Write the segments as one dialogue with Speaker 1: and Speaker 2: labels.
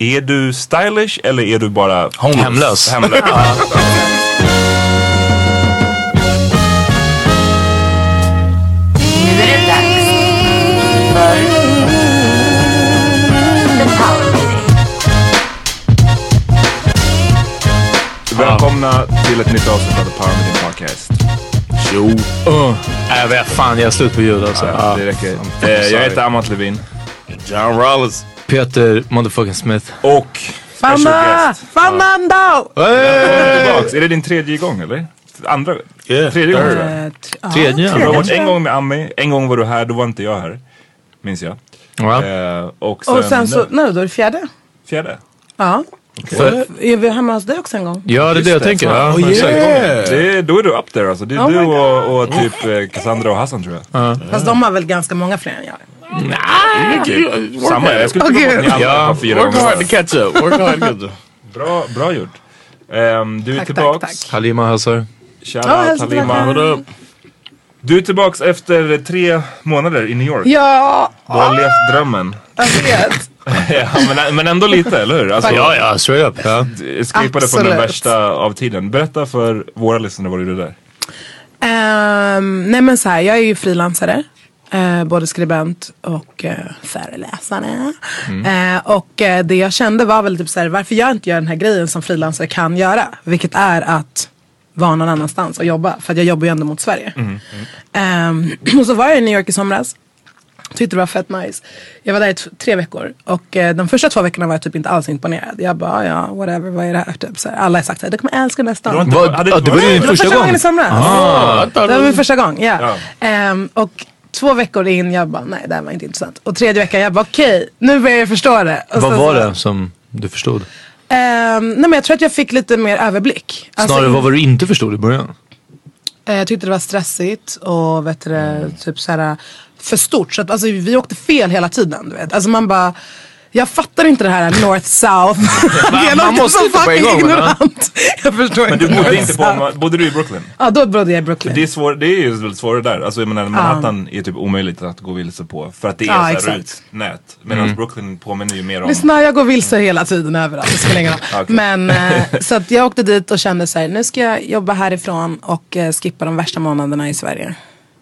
Speaker 1: är du stylish eller är du bara homeless?
Speaker 2: Hemlös.
Speaker 1: Hemlös.
Speaker 3: Nu är det dags för The Power Meeting.
Speaker 1: Välkomna till ett nytt avsnitt av The Power Meeting Podcast.
Speaker 2: Jo. Uh. Äh, vad fan, jag är slut på ljud alltså.
Speaker 1: Ja,
Speaker 2: Ja.
Speaker 1: det räcker. Eh, jag heter Amat Levin.
Speaker 2: John Rollins. Peter motherfucking Smith.
Speaker 1: Och special guest.
Speaker 4: Fernando!
Speaker 1: Tillbaks. Är det din tredje gång eller? Andra?
Speaker 2: Yeah.
Speaker 1: Tredje gången tror jag.
Speaker 4: Eh, t- ja,
Speaker 2: Tredje.
Speaker 1: Du har
Speaker 4: tredje.
Speaker 1: varit en gång med Ami, en gång var du här, då var inte jag här. Minns jag.
Speaker 2: Ja.
Speaker 1: Eh, och sen,
Speaker 4: Och sen så, nu då är det fjärde.
Speaker 1: fjärde.
Speaker 4: Ja.
Speaker 2: För,
Speaker 4: Är vi hemma hos dig också en gång?
Speaker 2: ja, det är det jag tänker. Ja,
Speaker 1: Oh,
Speaker 2: exakt.
Speaker 1: yeah. det är, då är du up there alltså. Det är
Speaker 4: Oh
Speaker 1: du
Speaker 4: my
Speaker 1: och, och typ eh, Cassandra och Hassan tror jag.
Speaker 4: Fast de har väl ganska många fler än jag.
Speaker 1: Okej, Samma, jag skulle
Speaker 4: Oh,
Speaker 1: tro att ni alla
Speaker 2: Ja,
Speaker 1: var fyra
Speaker 2: work hard to
Speaker 1: gånger.
Speaker 2: catch up. Work hard to catch up.
Speaker 1: Bra, bra gjort. Ehm, du är
Speaker 4: Tack,
Speaker 1: tillbaks.
Speaker 4: tack, tack.
Speaker 2: Halima Hazar.
Speaker 4: Ja,
Speaker 1: Shoutout
Speaker 4: hälsa till
Speaker 1: Halima.
Speaker 4: alla.
Speaker 1: Du är tillbaks efter tre månader i New York.
Speaker 4: Ja,
Speaker 1: Du har levt drömmen.
Speaker 4: jag vet.
Speaker 1: ja, men, men ändå lite, eller hur? Alltså,
Speaker 2: Ja, ja, straight up. Ja.
Speaker 1: Escapade från den
Speaker 4: Absolut.
Speaker 1: värsta av tiden. Berätta för våra lyssnare vad du gjorde där.
Speaker 4: Ehm, nej men så här, jag är ju frilansare. eh, både skribent och eh, föreläsare.
Speaker 2: Mm.
Speaker 4: Eh, och eh, det jag kände var väl typ så här, varför jag inte gör den här grejen som frilansare kan göra. Vilket är att vara någon annanstans och jobba. För att jag jobbar ju ändå mot Sverige.
Speaker 2: Mm,
Speaker 4: Ehm, och så var jag i New York i somras. Tyckte det var fett nice. Jag var där i t- tre veckor och eh, de första två veckorna var jag typ inte alls imponerad. Jag bara, "Ah, ja, whatever, vad är det här? Typ, så här. Alla har sagt såhär, du kommer älska den här stan.
Speaker 2: Vad-
Speaker 1: hade
Speaker 2: ja,
Speaker 1: inte
Speaker 2: det var
Speaker 1: varit-
Speaker 2: din
Speaker 4: Det var
Speaker 2: första gång?
Speaker 4: i somras.
Speaker 2: Ah, jag
Speaker 4: det var
Speaker 2: tar-
Speaker 4: min första gång, ja.
Speaker 1: Ja.
Speaker 4: Ehm, och två veckor in, jag bara, nej det här var inte intressant. Och tredje veckan, jag bara, okej, nu börjar jag förstå det. Och
Speaker 2: Vad
Speaker 4: sen
Speaker 2: var
Speaker 4: så-
Speaker 2: det som du förstod?
Speaker 4: Ehm, nej men jag tror att jag fick lite mer överblick. Alltså,
Speaker 2: Snarare vad var du inte förstod i början?
Speaker 4: eh, jag tyckte det var stressigt och vet du, det, typ så här, för stort. Så att, alltså, vi åkte fel hela tiden, du vet. Alltså man bara, jag fattar inte det här north south. jag
Speaker 2: man
Speaker 4: låter
Speaker 2: måste
Speaker 4: så
Speaker 2: inte på en
Speaker 4: fucking
Speaker 2: gång, va?
Speaker 4: ignorant. Jag förstår
Speaker 1: Men du
Speaker 4: inte.
Speaker 1: bodde
Speaker 4: north
Speaker 1: inte
Speaker 4: south.
Speaker 1: på, bodde du i Brooklyn?
Speaker 4: Ja, då bodde jag i Brooklyn.
Speaker 1: Det är, svår, det är ju väldigt svårare där. Alltså jag menar Manhattan är typ omöjligt att gå vilse på. För att det är
Speaker 4: Ja,
Speaker 1: så här
Speaker 4: exakt.
Speaker 1: rut nät. Medan Brooklyn påminner ju mer om...
Speaker 4: Lyssna, jag går vilse hela tiden överallt. Det spelar ingen roll.
Speaker 1: Okej.
Speaker 4: Men eh, så att jag åkte dit och kände så här, nu ska jag jobba härifrån och eh, skippa de värsta månaderna i Sverige.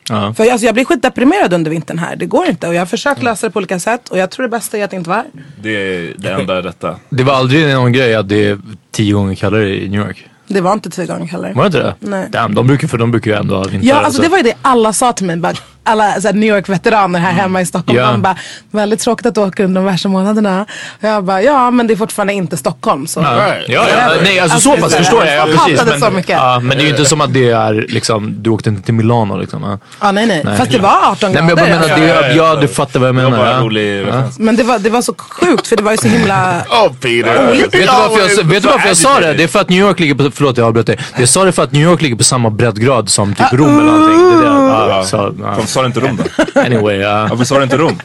Speaker 2: Ja.
Speaker 4: För alltså, jag blir skitdeprimerad under vintern här. Det går inte och jag har försökt lösa det på olika sätt och jag tror det bästa är att inte vara här.
Speaker 1: Det är det enda rätta.
Speaker 2: Det var aldrig någon grej att det är tio gånger kallare i New York?
Speaker 4: Det var inte tio gånger heller. alltså,
Speaker 2: Var det inte det?
Speaker 4: Nej.
Speaker 2: Damn, de brukar, för de brukar ju ändå ha vinter.
Speaker 4: Ja, alltså det var ju det alla sa till mig. Bara, alla så här, New York-veteraner här hemma i Stockholm.
Speaker 2: Ja.
Speaker 4: De bara, väldigt tråkigt att du åker under de värsta månaderna. Och jag bara, ja men det är fortfarande inte Stockholm. Så.
Speaker 2: Ja, ja, ja, nej, alltså så pass förstår jag. Ja, precis,
Speaker 4: hatade så
Speaker 2: men,
Speaker 4: mycket.
Speaker 2: ja, men det är ju inte som att det är liksom, du åkte inte till Milano liksom. Ja.
Speaker 4: Ja, nej, nej. Fast det var 18
Speaker 2: Nej men jag
Speaker 4: grader.
Speaker 2: bara menar,
Speaker 4: alltså.
Speaker 2: det,
Speaker 1: Ja, ja,
Speaker 2: ja,
Speaker 1: ja.
Speaker 2: du fattar vad jag
Speaker 1: Det var
Speaker 2: menar.
Speaker 1: bara
Speaker 2: ja.
Speaker 1: en rolig referens.
Speaker 4: Men det var, det var så sjukt för det var ju så himla...
Speaker 5: Oh Peter.
Speaker 2: Vet du varför jag, vet du varför jag sa det? Det är för att New York ligger på, förlåt jag avbröt dig. Jag sa det för att New York ligger på samma breddgrad som typ Rom eller någonting. Det är det. Ja, så, ja.
Speaker 1: Varför sa du inte Rom då?
Speaker 2: Anyway, ja.
Speaker 1: Varför sa du inte Rom?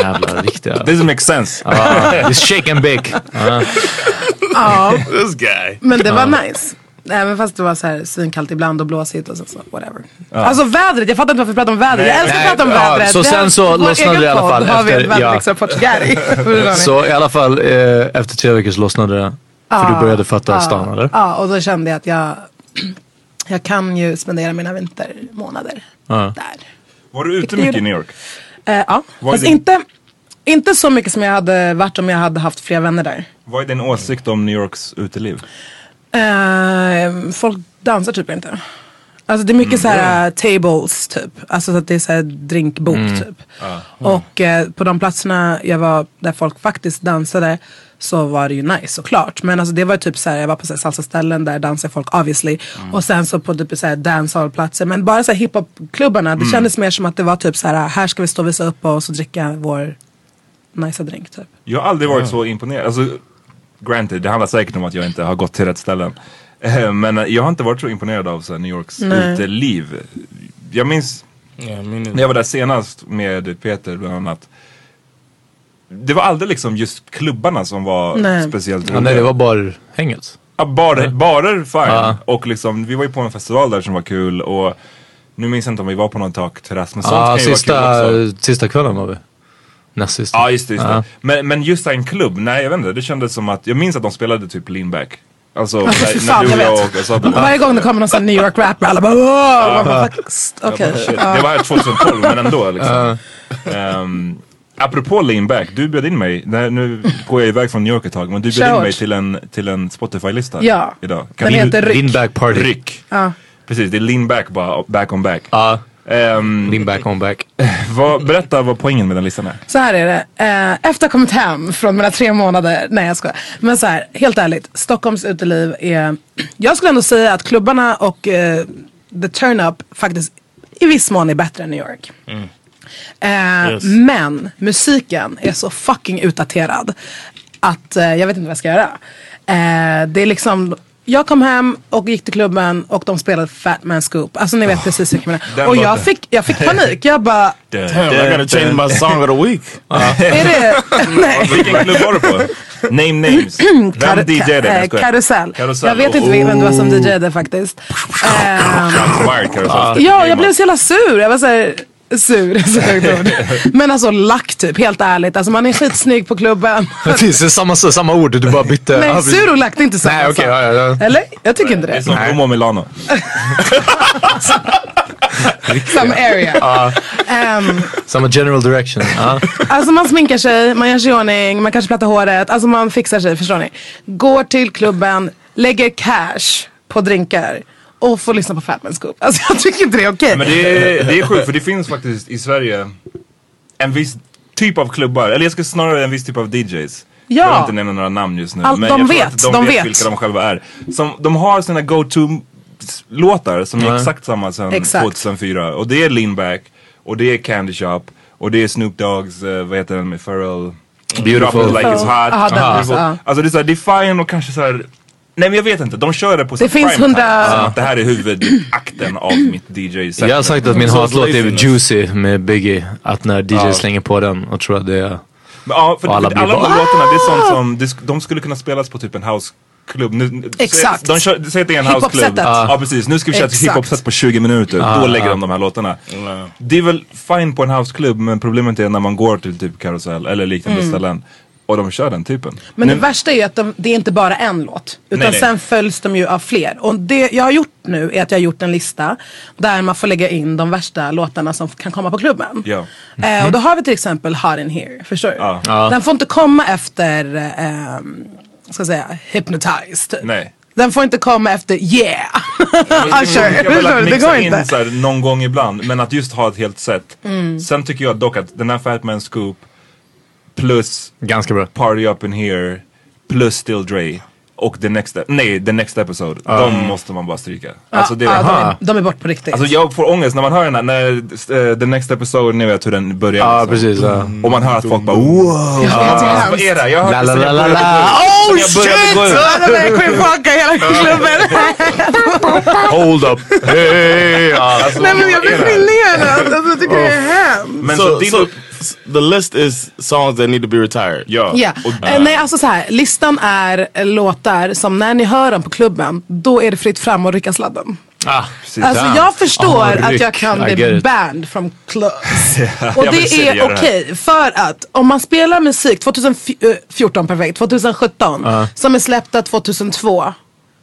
Speaker 2: Jävla riktiga.
Speaker 1: Doesn't make sense.
Speaker 2: Ja, It's shake and bake. Ja.
Speaker 4: Ja,
Speaker 5: This guy.
Speaker 4: men det var nice. Även fast det var så här svinkallt ibland och blåsigt och sen så whatever. Alltså vädret, jag fattar inte varför vi pratar om vädret. jag älskar att
Speaker 2: Nej,
Speaker 4: prata om
Speaker 2: ja,
Speaker 4: vädret.
Speaker 2: så
Speaker 4: Det är
Speaker 2: sen så
Speaker 4: vår
Speaker 2: lossnade
Speaker 4: egen
Speaker 2: det i alla
Speaker 4: podd
Speaker 2: fall
Speaker 4: har vi liksom
Speaker 2: efter-
Speaker 4: ett
Speaker 2: ja.
Speaker 4: väderlexaportugari.
Speaker 2: Så i alla fall, eh, efter tre veckors lossnade det. För du började fatta stan eller?
Speaker 4: Ja, och då kände jag att jag, jag kan ju spendera mina vintermånader
Speaker 2: Ja.
Speaker 4: där.
Speaker 1: Var du ute
Speaker 4: Det
Speaker 1: mycket i
Speaker 4: gjorde-
Speaker 1: New York?
Speaker 4: Eh, ja,
Speaker 1: Vad är
Speaker 4: fast
Speaker 1: din-
Speaker 4: inte, inte så mycket som jag hade varit om jag hade haft fler vänner där.
Speaker 1: Vad är din åsikt om New Yorks uteliv?
Speaker 4: Eh, folk dansar typ inte. Alltså det är mycket så här eh, tables typ. Alltså så att det är så här drinkbok typ. Och eh, på de platserna jag var där folk faktiskt dansade så var det ju nice såklart. Men alltså det var typ så här, jag var på så här salsaställen där dansar folk obviously. Och sen så på typ så här dancehallplatser. Men bara så här hiphopklubbarna, det kändes mer som att det var typ så här, här ska vi stå och visa upp oss och dricka vår nice drink typ.
Speaker 1: Jag har aldrig varit så imponerad. Alltså, granted, det handlar säkert om att jag inte har gått till rätt ställen. Eh, Men eh, jag har inte varit så imponerad av så här, New Yorks uteliv. Jag minns när jag var där senast med Peter bland annat. Det var aldrig liksom just klubbarna som var
Speaker 4: Nej.
Speaker 1: speciellt
Speaker 2: Ja, nej, det var bara hänget.
Speaker 1: Ja, bar, barer fine.
Speaker 2: Ja.
Speaker 1: Och liksom, vi var ju på en festival där som var kul och nu minns jag inte om vi var på någon takterrass men sånt
Speaker 2: Ja,
Speaker 1: kan ju vara
Speaker 2: sista,
Speaker 1: kul också.
Speaker 2: sista kvällen var vi. Näst sista.
Speaker 1: Ja just det, just det.
Speaker 2: Ja.
Speaker 1: Men, men just en klubb, nej jag vet inte, det kändes som att, jag minns att de spelade typ Lindback. Alltså
Speaker 4: fy
Speaker 1: när,
Speaker 4: fan,
Speaker 1: när du och jag
Speaker 4: jag vet.
Speaker 1: och jag sa på-
Speaker 4: Varje gång det kommer någon sån här New York rapper alla bara "Åh!" Man bara "Fuck, st- Okej.
Speaker 1: Shit,
Speaker 4: Ja.
Speaker 1: Det var här 2012 men ändå liksom. Ehm, apropå Lindback, du bjöd in mig, nej, nu går jag iväg från New York ett tag, men du bjöd
Speaker 4: Kör
Speaker 1: in
Speaker 4: hårt.
Speaker 1: mig till en, till en Spotify-lista
Speaker 4: Ja.
Speaker 1: idag. Kan
Speaker 4: Den
Speaker 1: du-
Speaker 4: heter Ryck.
Speaker 2: Lindback party.
Speaker 1: Ryck. Precis, det är Lindback bara, back on back.
Speaker 2: Ja,
Speaker 1: Ehm,
Speaker 2: Lindback on back.
Speaker 1: Vad, berätta vad poängen med den listan är.
Speaker 4: Så här är det. Eh, efter att ha kommit hem från mina tre månader. Nej jag skojar. Men så här, helt ärligt. Stockholms uteliv är. Jag skulle ändå säga att klubbarna och eh, the turn-up faktiskt i viss mån är bättre än New York. Eh,
Speaker 5: Yes.
Speaker 4: Men musiken är så fucking utdaterad. Att eh, jag vet inte vad jag ska göra. Eh, det är liksom. Jag kom hem och gick till klubben och de spelade Fat Man Scoop. Alltså ni vet precis vilken jag menar.
Speaker 1: den
Speaker 4: Och
Speaker 1: var
Speaker 4: jag
Speaker 1: det.
Speaker 4: fick, jag fick panik. Jag bara,
Speaker 5: Damn, I gotta change my song of the week.
Speaker 4: är det? Nej.
Speaker 1: Vilken klubb var du på? Name names. Vem
Speaker 4: Karu-
Speaker 1: DJade?
Speaker 4: ka-
Speaker 1: Nej,
Speaker 4: eh,
Speaker 1: jag skojar.
Speaker 4: karusell.
Speaker 1: Karusell. Oh.
Speaker 4: Jag vet inte vem det var som DJade faktiskt. Ehm,
Speaker 1: Transpired karusell.
Speaker 4: ja, jag blev så jävla sur. Jag var så här, sur, så högt ord. Men alltså lack typ, helt ärligt. Alltså man är skitsnygg på klubben.
Speaker 2: Precis, det är samma, samma ord, du bara bytte. Ja,
Speaker 4: Nej,
Speaker 2: precis.
Speaker 4: sur och lack det är inte samma
Speaker 2: Nej, okej,
Speaker 4: sak.
Speaker 2: ja, ja, ja.
Speaker 4: Eller? Jag tycker inte
Speaker 1: Det är
Speaker 4: det.
Speaker 1: som
Speaker 2: Nej.
Speaker 1: Romo Milano.
Speaker 4: Some area. Ehm,
Speaker 2: Samma general direction. Ja.
Speaker 4: Alltså man sminkar sig, man gör sig i ordning, man kanske plattar håret, alltså man fixar sig, förstår ni? Går till klubben, lägger cash på drinkar och får lyssna på Fatman Scoop. Alltså jag tycker inte det är okej.
Speaker 1: Men det är, det är sjukt för det finns faktiskt i Sverige en viss typ av klubbar, eller jag ska snarare en viss typ av DJs.
Speaker 4: Ja.
Speaker 1: Jag vill inte nämna några namn just nu.
Speaker 4: Allt-
Speaker 1: men
Speaker 4: de
Speaker 1: jag tror
Speaker 4: vet,
Speaker 1: att de,
Speaker 4: de
Speaker 1: vet,
Speaker 4: vet.
Speaker 1: vilka de själva är. Som, de har sina go-to s- låtar som är exakt samma sedan
Speaker 4: Exakt.
Speaker 1: 2004. Och det är Leanback, och det är Candy Shop, och det är Snoop Doggs, eh, vad heter den med Pharrell?
Speaker 2: Beautiful.
Speaker 1: Drop it like it's hot.
Speaker 4: Ja, den,
Speaker 1: Beautiful.
Speaker 4: ja.
Speaker 1: Alltså det är såhär, det är fine och kanske såhär Nej men jag vet inte, de kör det på
Speaker 4: Det finns hundra-
Speaker 1: Som att det här är huvudakten av mitt DJ-set.
Speaker 2: Jag har sagt att min
Speaker 1: Så
Speaker 2: hatlåt är
Speaker 1: laziness.
Speaker 2: Juicy med Biggie. Att när DJ slänger på den och tror att det är...
Speaker 1: Men, ja, för
Speaker 2: Och alla
Speaker 1: alla,
Speaker 2: blir
Speaker 1: alla de
Speaker 2: bara,
Speaker 1: låtarna, det är sånt som det sk- de skulle kunna spelas på typ en houseklubb. Nu- nu-
Speaker 4: Exakt.
Speaker 1: säg- De kör, säg att det är en
Speaker 4: Hiphop-setet.
Speaker 1: houseklubb. Ja. precis, nu ska vi köra ett
Speaker 4: Exakt.
Speaker 1: hiphop-set på 20 minuter. Då lägger de de här låtarna. Det är väl fine på en houseklubb men problemet är när man går till typ karusell eller liknande ställen och de kör den typen.
Speaker 4: Men
Speaker 1: Nu-
Speaker 4: det värsta är ju att de, det är inte bara en låt. Utan
Speaker 1: Nej, nej.
Speaker 4: sen följs de ju av fler. Och det jag har gjort nu är att jag har gjort en lista där man får lägga in de värsta låtarna som kan komma på klubben.
Speaker 1: Ja.
Speaker 4: Eh, och då har vi till exempel Hot In Here, förstår du?
Speaker 1: Ja.
Speaker 4: ehm, Den får inte komma efter, eh, ska jag säga, Hypnotized. typ.
Speaker 1: Nej.
Speaker 4: Den får inte komma efter yeah.
Speaker 1: Jag
Speaker 4: Usher.
Speaker 1: tycker väl
Speaker 4: Förstår
Speaker 1: att
Speaker 4: du? Det
Speaker 1: mixa
Speaker 4: går
Speaker 1: in
Speaker 4: inte.
Speaker 1: Så här, någon gång ibland, men att just ha ett helt set. Sen tycker jag dock att den här Fat Man Scoop plus
Speaker 2: Ganska bra.
Speaker 1: Party Up In Here plus Still Dre och The Next, nej, the next Episode,
Speaker 2: Ah.
Speaker 1: de måste man bara stryka. Alltså, det,
Speaker 4: Ja,
Speaker 2: Aha.
Speaker 4: Ah, de, de är bort på riktigt.
Speaker 1: alltså jag får ångest när man hör den här, när eh, The Next Episode, ni vet hur den börjar.
Speaker 2: Ja,
Speaker 1: liksom.
Speaker 2: Ah, precis. ja.
Speaker 1: Och man hör att folk bara wow! Alltså,
Speaker 4: Ja.
Speaker 1: Vad är det? Jag
Speaker 2: La,
Speaker 1: har hört det
Speaker 2: la,
Speaker 1: sen jag
Speaker 2: la, la, la.
Speaker 1: började
Speaker 4: Oh
Speaker 1: Sen
Speaker 4: shit!
Speaker 1: jag började gå ut.
Speaker 4: Ja, De är queenfolka hela klubben.
Speaker 2: Hold up. Hey.
Speaker 1: Alltså,
Speaker 4: Nej men jag blir
Speaker 1: vad är det?
Speaker 4: generad. Alltså, jag tycker det är hemskt.
Speaker 1: Men så,
Speaker 5: so,
Speaker 1: din
Speaker 5: so s- the list is songs that need to be retired.
Speaker 1: Ja.
Speaker 4: Ja, Eh, nej alltså så här, listan är eh, låtar som när ni hör dem på klubben, då är det fritt fram att rycka sladden.
Speaker 2: Ah,
Speaker 1: precis.
Speaker 4: Alltså jag förstår
Speaker 2: Ah,
Speaker 4: att
Speaker 2: ryck.
Speaker 4: jag kan
Speaker 2: I
Speaker 4: bli
Speaker 2: get it.
Speaker 4: banned from clubs. Och
Speaker 1: Jag vill
Speaker 4: det
Speaker 1: se dig
Speaker 4: är
Speaker 1: göra det här.
Speaker 4: okej, för att om man spelar musik 2014, perfekt, 2017, som är släppta 2002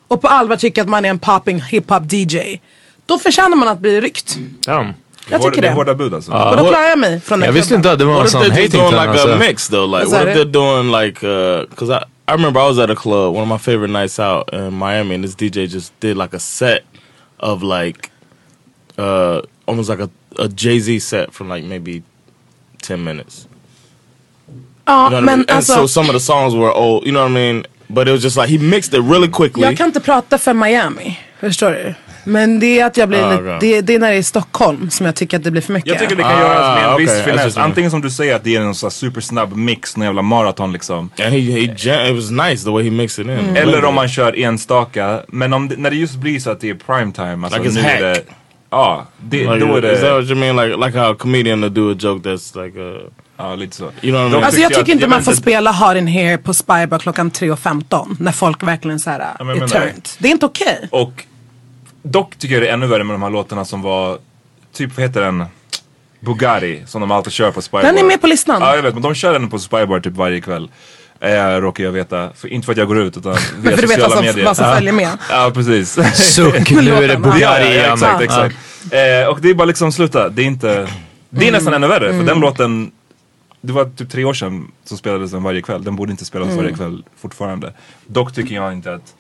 Speaker 4: och på allvar tycker att man är en popping hiphop DJ, då förtjänar man att bli ryckt.
Speaker 2: Damn.
Speaker 4: Jag
Speaker 1: Hårda-
Speaker 4: tycker
Speaker 1: det är
Speaker 4: det.
Speaker 1: hårda bud
Speaker 2: Ah.
Speaker 1: alltså.
Speaker 4: Och då klarar jag mig från den
Speaker 2: Jag visste
Speaker 4: klubben.
Speaker 2: inte att det var
Speaker 5: What
Speaker 2: en
Speaker 5: if
Speaker 2: sån
Speaker 5: they're
Speaker 2: hating
Speaker 5: just doing
Speaker 2: turn
Speaker 5: like
Speaker 2: alltså.
Speaker 5: a mix though? Like
Speaker 4: Is
Speaker 5: what
Speaker 4: that
Speaker 5: if
Speaker 4: it?
Speaker 5: they're doing like uh 'cause cause I, I remember I was at a club, one of my favorite nights out in Miami, and this DJ just did like a set of like uh almost like a, a Jay Z set from like maybe ten minutes.
Speaker 4: Ja,
Speaker 5: You know what I mean?
Speaker 4: men
Speaker 5: And so
Speaker 4: alltså,
Speaker 5: some of the songs were old, you know what I mean? But it was just like he mixed it really quickly.
Speaker 4: jag kan inte prata för Miami, förstår du? Men det är att jag blir
Speaker 5: Ah,
Speaker 4: lite,
Speaker 5: okej.
Speaker 4: det, det är när det är Stockholm som jag tycker att det blir för mycket.
Speaker 1: Jag tycker det kan göras med en
Speaker 5: Ah,
Speaker 1: viss
Speaker 5: okej. Jag
Speaker 1: finess.
Speaker 5: förstår.
Speaker 1: Antingen som du säger att det är en sån här supersnabb mix, någon jävla maraton liksom.
Speaker 5: And he, he jam- it was nice the way he mixed it in.
Speaker 4: Mm.
Speaker 1: Mm. Eller om man kör enstaka. Men om, det- när det just blir så att det är prime time. Alltså
Speaker 5: Like it's
Speaker 1: nu är det,
Speaker 5: hack.
Speaker 1: ja, det, då
Speaker 5: Like,
Speaker 1: är
Speaker 5: is that
Speaker 1: det...
Speaker 5: what you mean? Like like how a comedian will do a joke that's like uh, a
Speaker 1: Ja, lite så.
Speaker 5: You know what I mean?
Speaker 4: Alltså jag tycker inte man får
Speaker 1: spela.
Speaker 4: spela Hard In Here på Spybar klockan 3.15 när folk verkligen såhär
Speaker 1: Ja, men jag
Speaker 4: är
Speaker 1: menar det.
Speaker 4: turned. Det är inte okej.
Speaker 1: Och dock tycker jag det är ännu värre med de här låtarna som var, typ vad heter den? Bugatti som de alltid kör på Spybar.
Speaker 4: Den är med på listan.
Speaker 1: Ja jag vet men de kör den på Spybar typ varje kväll. Eh, råkar jag veta. För, inte för att jag går ut utan via
Speaker 4: Men för du vet
Speaker 1: sociala
Speaker 4: vad som,
Speaker 1: medier.
Speaker 4: vad som
Speaker 1: Ja.
Speaker 4: följer med.
Speaker 1: Ja precis.
Speaker 2: Suck, nu är det
Speaker 4: Förlåt, Anna.
Speaker 1: Ja, ja,
Speaker 2: Bulgarien.
Speaker 1: ja, exakt, exakt. Eh, och det är bara liksom sluta, det är inte... Det är nästan ännu värre för den låten, det var typ tre år sedan som spelades den varje kväll. Den borde inte spelas varje kväll fortfarande. Dock tycker jag inte att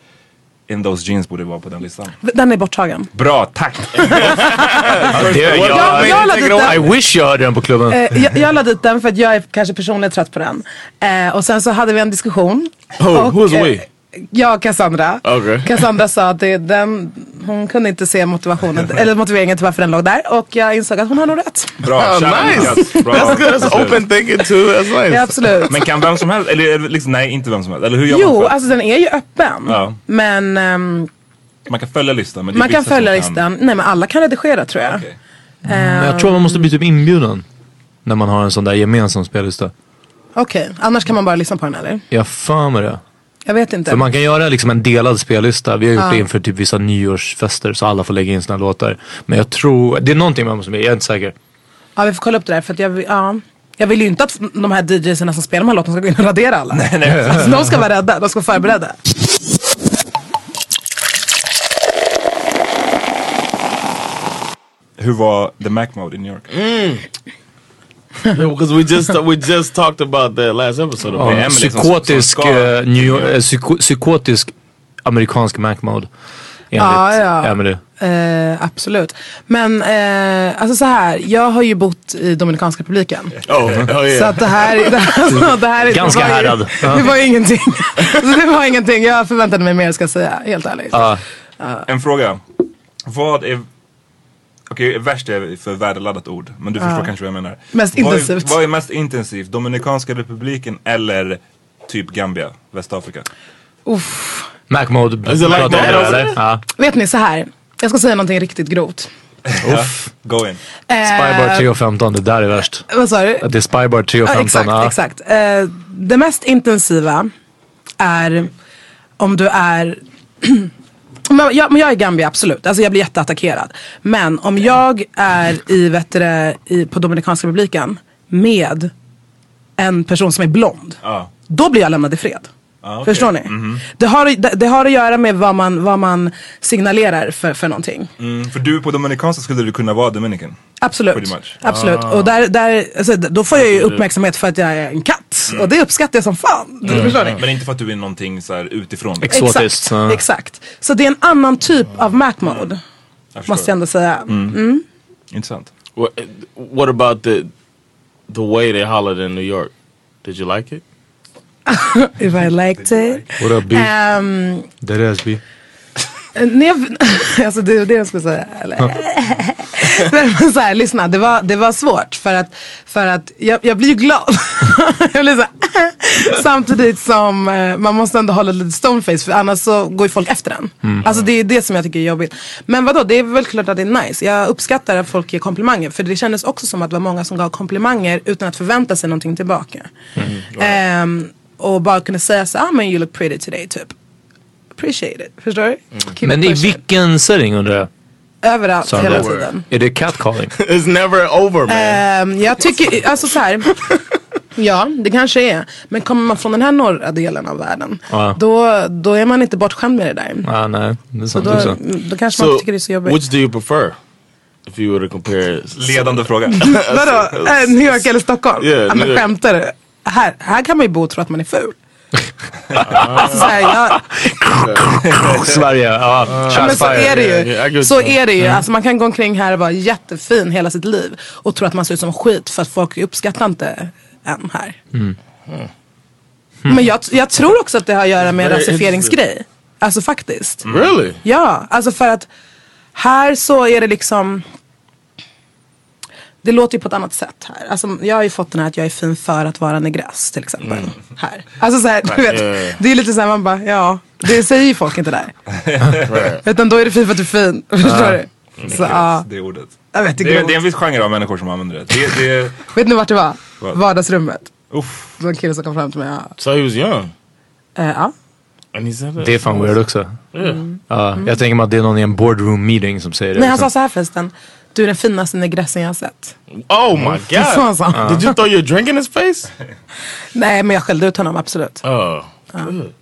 Speaker 1: In those jeans borde vara på den listan.
Speaker 4: Den är borttagen.
Speaker 1: Bra, tack!
Speaker 2: Det är jag.
Speaker 4: Jag, jag, la dit den,
Speaker 2: I wish jag hörde den på klubben.
Speaker 4: eh, jag, jag la dit den för att jag är kanske personligen trött på den. Eh, och sen så hade vi en diskussion.
Speaker 5: Who?
Speaker 4: Och,
Speaker 5: Who's
Speaker 4: eh,
Speaker 5: we?
Speaker 4: Jag och Cassandra.
Speaker 5: Okej.
Speaker 4: Cassandra sa att det, den, hon kunde inte se motivationen, eller motiveringen till varför den låg där. Och jag insåg att hon har nog rätt.
Speaker 1: Bra,
Speaker 5: Oh,
Speaker 1: tjena,
Speaker 5: nice.
Speaker 1: Lukas. Bra.
Speaker 5: That's good. That's
Speaker 1: Absolut.
Speaker 5: open thinking too. That's nice.
Speaker 4: Ja, absolut.
Speaker 1: Men kan vem som helst, eller eller liksom, nej inte vem som helst, eller hur gör man?
Speaker 4: Jo,
Speaker 1: för att-
Speaker 4: alltså den är ju öppen.
Speaker 1: Ja.
Speaker 4: Men ehm,
Speaker 1: man kan följa listan. Men det är
Speaker 4: man kan
Speaker 1: vissa som
Speaker 4: följa listan. Nej men alla kan redigera tror jag.
Speaker 1: Okej.
Speaker 2: Men jag tror man måste bli typ inbjuden. När man har en sån där gemensam spellista.
Speaker 4: Okej, annars kan man bara lyssna på den eller?
Speaker 2: Jag har för mig det.
Speaker 4: Jag vet inte.
Speaker 2: För man kan göra liksom en delad spellista. Vi har gjort det inför typ vissa nyårsfester så alla får lägga in sina låtar. Men jag tror, det är någonting man måste bli, jag är inte säker.
Speaker 4: Ja vi får kolla upp det där för att jag, vill- ja. jag vill ju inte att de här DJsarna som spelar de här låtarna ska gå in och radera alla. Nej, nej. Alltså, de ska vara rädda, de ska vara förberedda.
Speaker 1: Hur var the Mac mode i New York?
Speaker 5: because we just we just talked about that last episode.
Speaker 2: Ja,
Speaker 5: about
Speaker 1: Emily
Speaker 2: en
Speaker 1: som-
Speaker 2: psykotisk,
Speaker 1: som ska-
Speaker 2: eh, New York, eh, psyko, psykotisk amerikansk Mac mode. Enligt
Speaker 4: Ja, ja.
Speaker 2: Emily.
Speaker 4: Eh, absolut. Men eh, alltså så här, jag har ju bott i Dominikanska republiken.
Speaker 5: Oh, oh
Speaker 4: Så
Speaker 5: yeah.
Speaker 4: att det här, det här, alltså, det här
Speaker 2: Ganska
Speaker 4: det var ju-
Speaker 2: härad.
Speaker 4: Det var ju ingenting. Alltså, det var ingenting. Jag förväntade mig mer ska jag säga, helt ärligt.
Speaker 2: Ja.
Speaker 1: En fråga. Vad är... Okej, värst är för värdeladdat ord, men du förstår kanske vad jag menar.
Speaker 4: Mest
Speaker 1: vad
Speaker 4: intensivt.
Speaker 1: Är, vad är mest intensivt? Dominikanska republiken eller typ Gambia, Västafrika?
Speaker 4: Uff.
Speaker 2: Mac mode.
Speaker 5: Is it like
Speaker 2: pratar om
Speaker 5: that
Speaker 2: det,
Speaker 5: also?
Speaker 2: eller? Ja.
Speaker 4: Vet ni så här, jag ska säga någonting riktigt grovt.
Speaker 1: Uff. Go in.
Speaker 4: Eh,
Speaker 2: Spybar 3 och 15, det där är värst.
Speaker 4: Vad sa du?
Speaker 2: Det är Spybar 3 och
Speaker 4: Ja,
Speaker 2: 15.
Speaker 4: exakt,
Speaker 2: ja.
Speaker 4: exakt. Eh, det mest intensiva är om du är Men jag, men jag är Gambia, absolut. Alltså jag blir jätteattackerad. Men om jag är i, vet du, det, i, på Dominikanska republiken med en person som är blond.
Speaker 1: Ja.
Speaker 4: Då blir jag lämnad i fred.
Speaker 1: Ah, okej.
Speaker 4: Förstår ni? det, har, det, det har att göra med vad man, vad man signalerar för, för någonting.
Speaker 1: Mm, för du på dominikanska skulle du kunna vara dominican.
Speaker 4: Absolut.
Speaker 1: Pretty much.
Speaker 4: Absolut.
Speaker 2: Ah.
Speaker 4: Och där, där, alltså, d- då får jag ju uppmärksamhet för att jag är en katt.
Speaker 1: Mm.
Speaker 4: Och det uppskattar jag som fan. Du Förstår ni?
Speaker 1: Men inte för att du är någonting så här utifrån.
Speaker 2: Ex- Exotiskt,
Speaker 4: Exakt.
Speaker 2: ja.
Speaker 4: Exakt. Så det är en annan typ av Mac mode.
Speaker 1: Jag Mm. förstår. Mm.
Speaker 4: Måste jag ändå säga.
Speaker 1: Intressant.
Speaker 5: What, what about the the way they hollered in New York? Did you like it?
Speaker 4: If I liked it.
Speaker 2: What up B?
Speaker 4: Ehm,
Speaker 2: Deras B.
Speaker 4: När jag, alltså det var det jag skulle säga. Eller? Men så här, lyssna, det var, det var svårt för att, för att jag, jag blir ju glad. jag blir så här, samtidigt som eh, man måste ändå hålla lite stoneface för annars så går ju folk efter den. Alltså det är det som jag tycker är jobbigt. Men vadå, det är väl klart att det är nice. Jag uppskattar att folk ger komplimanger för det kändes också som att det var många som gav komplimanger utan att förvänta sig någonting tillbaka. Ehm, och bara kunde säga så ah men you look pretty today typ. Appreciate it, förstår du? Keep
Speaker 2: Men i
Speaker 4: it pushing.
Speaker 2: vilken setting undrar jag?
Speaker 4: Överallt
Speaker 2: Sound
Speaker 4: hela
Speaker 2: over.
Speaker 4: tiden.
Speaker 2: Är det catcalling?
Speaker 5: It's never over man.
Speaker 4: Ehm, jag tycker, alltså så här. Ja, det kanske är. Men kommer man från den här norra delen av världen,
Speaker 2: Ja.
Speaker 4: då, då är man inte bortskämd med det där.
Speaker 2: ah, nej, det är sant
Speaker 4: Då,
Speaker 2: också.
Speaker 4: då kanske man inte tycker det är så jobbigt.
Speaker 5: which do you prefer? If you were to compare
Speaker 1: Ledande fråga.
Speaker 4: Vadå? Eh, New York eller Stockholm?
Speaker 5: Yeah,
Speaker 4: ja,
Speaker 5: New
Speaker 4: men
Speaker 5: York.
Speaker 4: skämtar du? Här, här kan man ju bo och tro att man är ful. Alltså, så här, jag,
Speaker 2: Sverige, ja.
Speaker 4: Ja, men
Speaker 2: Shots
Speaker 4: så är
Speaker 2: fired.
Speaker 4: det
Speaker 5: Yeah, yeah, I
Speaker 4: ju.
Speaker 5: get
Speaker 4: Så
Speaker 5: you.
Speaker 4: är det ju. Alltså man kan gå omkring här och vara jättefin hela sitt liv och tro att man ser ut som skit för att folk uppskattar inte en här. Men jag, jag tror också att det har att göra med en
Speaker 5: Very
Speaker 4: rasifieringsgrej. Alltså faktiskt.
Speaker 5: Really?
Speaker 4: Ja, alltså för att här så är det liksom det låter ju på ett annat sätt här. Alltså, jag har ju fått den här att jag är fin för att vara negress till exempel.
Speaker 5: Mm.
Speaker 4: Här. Alltså så här, du vet,
Speaker 5: yeah, yeah.
Speaker 4: det är lite så här man bara, ja, det säger ju folk inte där.
Speaker 5: Right.
Speaker 4: Utan då är det fin för att du är fin. Förstår du? Så, ja.
Speaker 1: Det är ordet.
Speaker 4: ah. Jag vet, det
Speaker 1: Det
Speaker 4: går
Speaker 1: är, det är en viss genre av människor som använder det. det, det
Speaker 4: Vet ni vart det var?
Speaker 1: Vad?
Speaker 4: Vardagsrummet.
Speaker 1: uff.
Speaker 4: Det var en kille som kom fram till mig. Ja.
Speaker 5: So he was young.
Speaker 4: Eh, ja.
Speaker 5: And he said that.
Speaker 2: Det är fan weird också.
Speaker 5: Yeah.
Speaker 4: Mm-hmm.
Speaker 2: Ja, Jag tänker mig att det är någon i en boardroom meeting som säger det.
Speaker 4: Nej han sa
Speaker 2: liksom.
Speaker 4: så här förresten. Du är den finaste negressen jag har sett.
Speaker 5: Oh my
Speaker 2: Mm-hmm.
Speaker 4: That's what I'm
Speaker 5: god.
Speaker 4: saying. Uh.
Speaker 2: Uh-huh.
Speaker 5: Did you throw your drink in his face?
Speaker 4: Nej men jag skällde ut honom absolut.
Speaker 5: Oh. Good.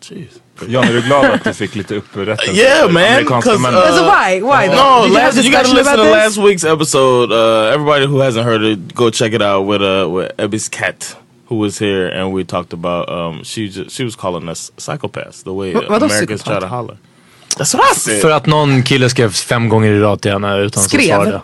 Speaker 5: Jeez.
Speaker 1: Jan, är du glad att du fick lite upprättelse?
Speaker 5: Yeah,
Speaker 1: för
Speaker 5: man,
Speaker 1: amerikanska
Speaker 5: 'cause,
Speaker 1: män?
Speaker 5: uh,
Speaker 4: so Alltså, why? Why?
Speaker 5: No,
Speaker 4: Did you have
Speaker 5: last, you gotta
Speaker 4: discussion
Speaker 5: listen to
Speaker 4: about this?
Speaker 5: last week's episode. Uh, everybody who hasn't heard it, go check it out with uh, with Ebby's cat, who was here, and we talked about um, she ju- she was calling us psychopaths the way
Speaker 4: Wha- what are
Speaker 5: Americans try
Speaker 4: psychopaths?
Speaker 5: to holler. That's what I said.
Speaker 2: För att någon kille skrev fem gånger i rad till henne utan att
Speaker 4: Skrev?
Speaker 2: svara.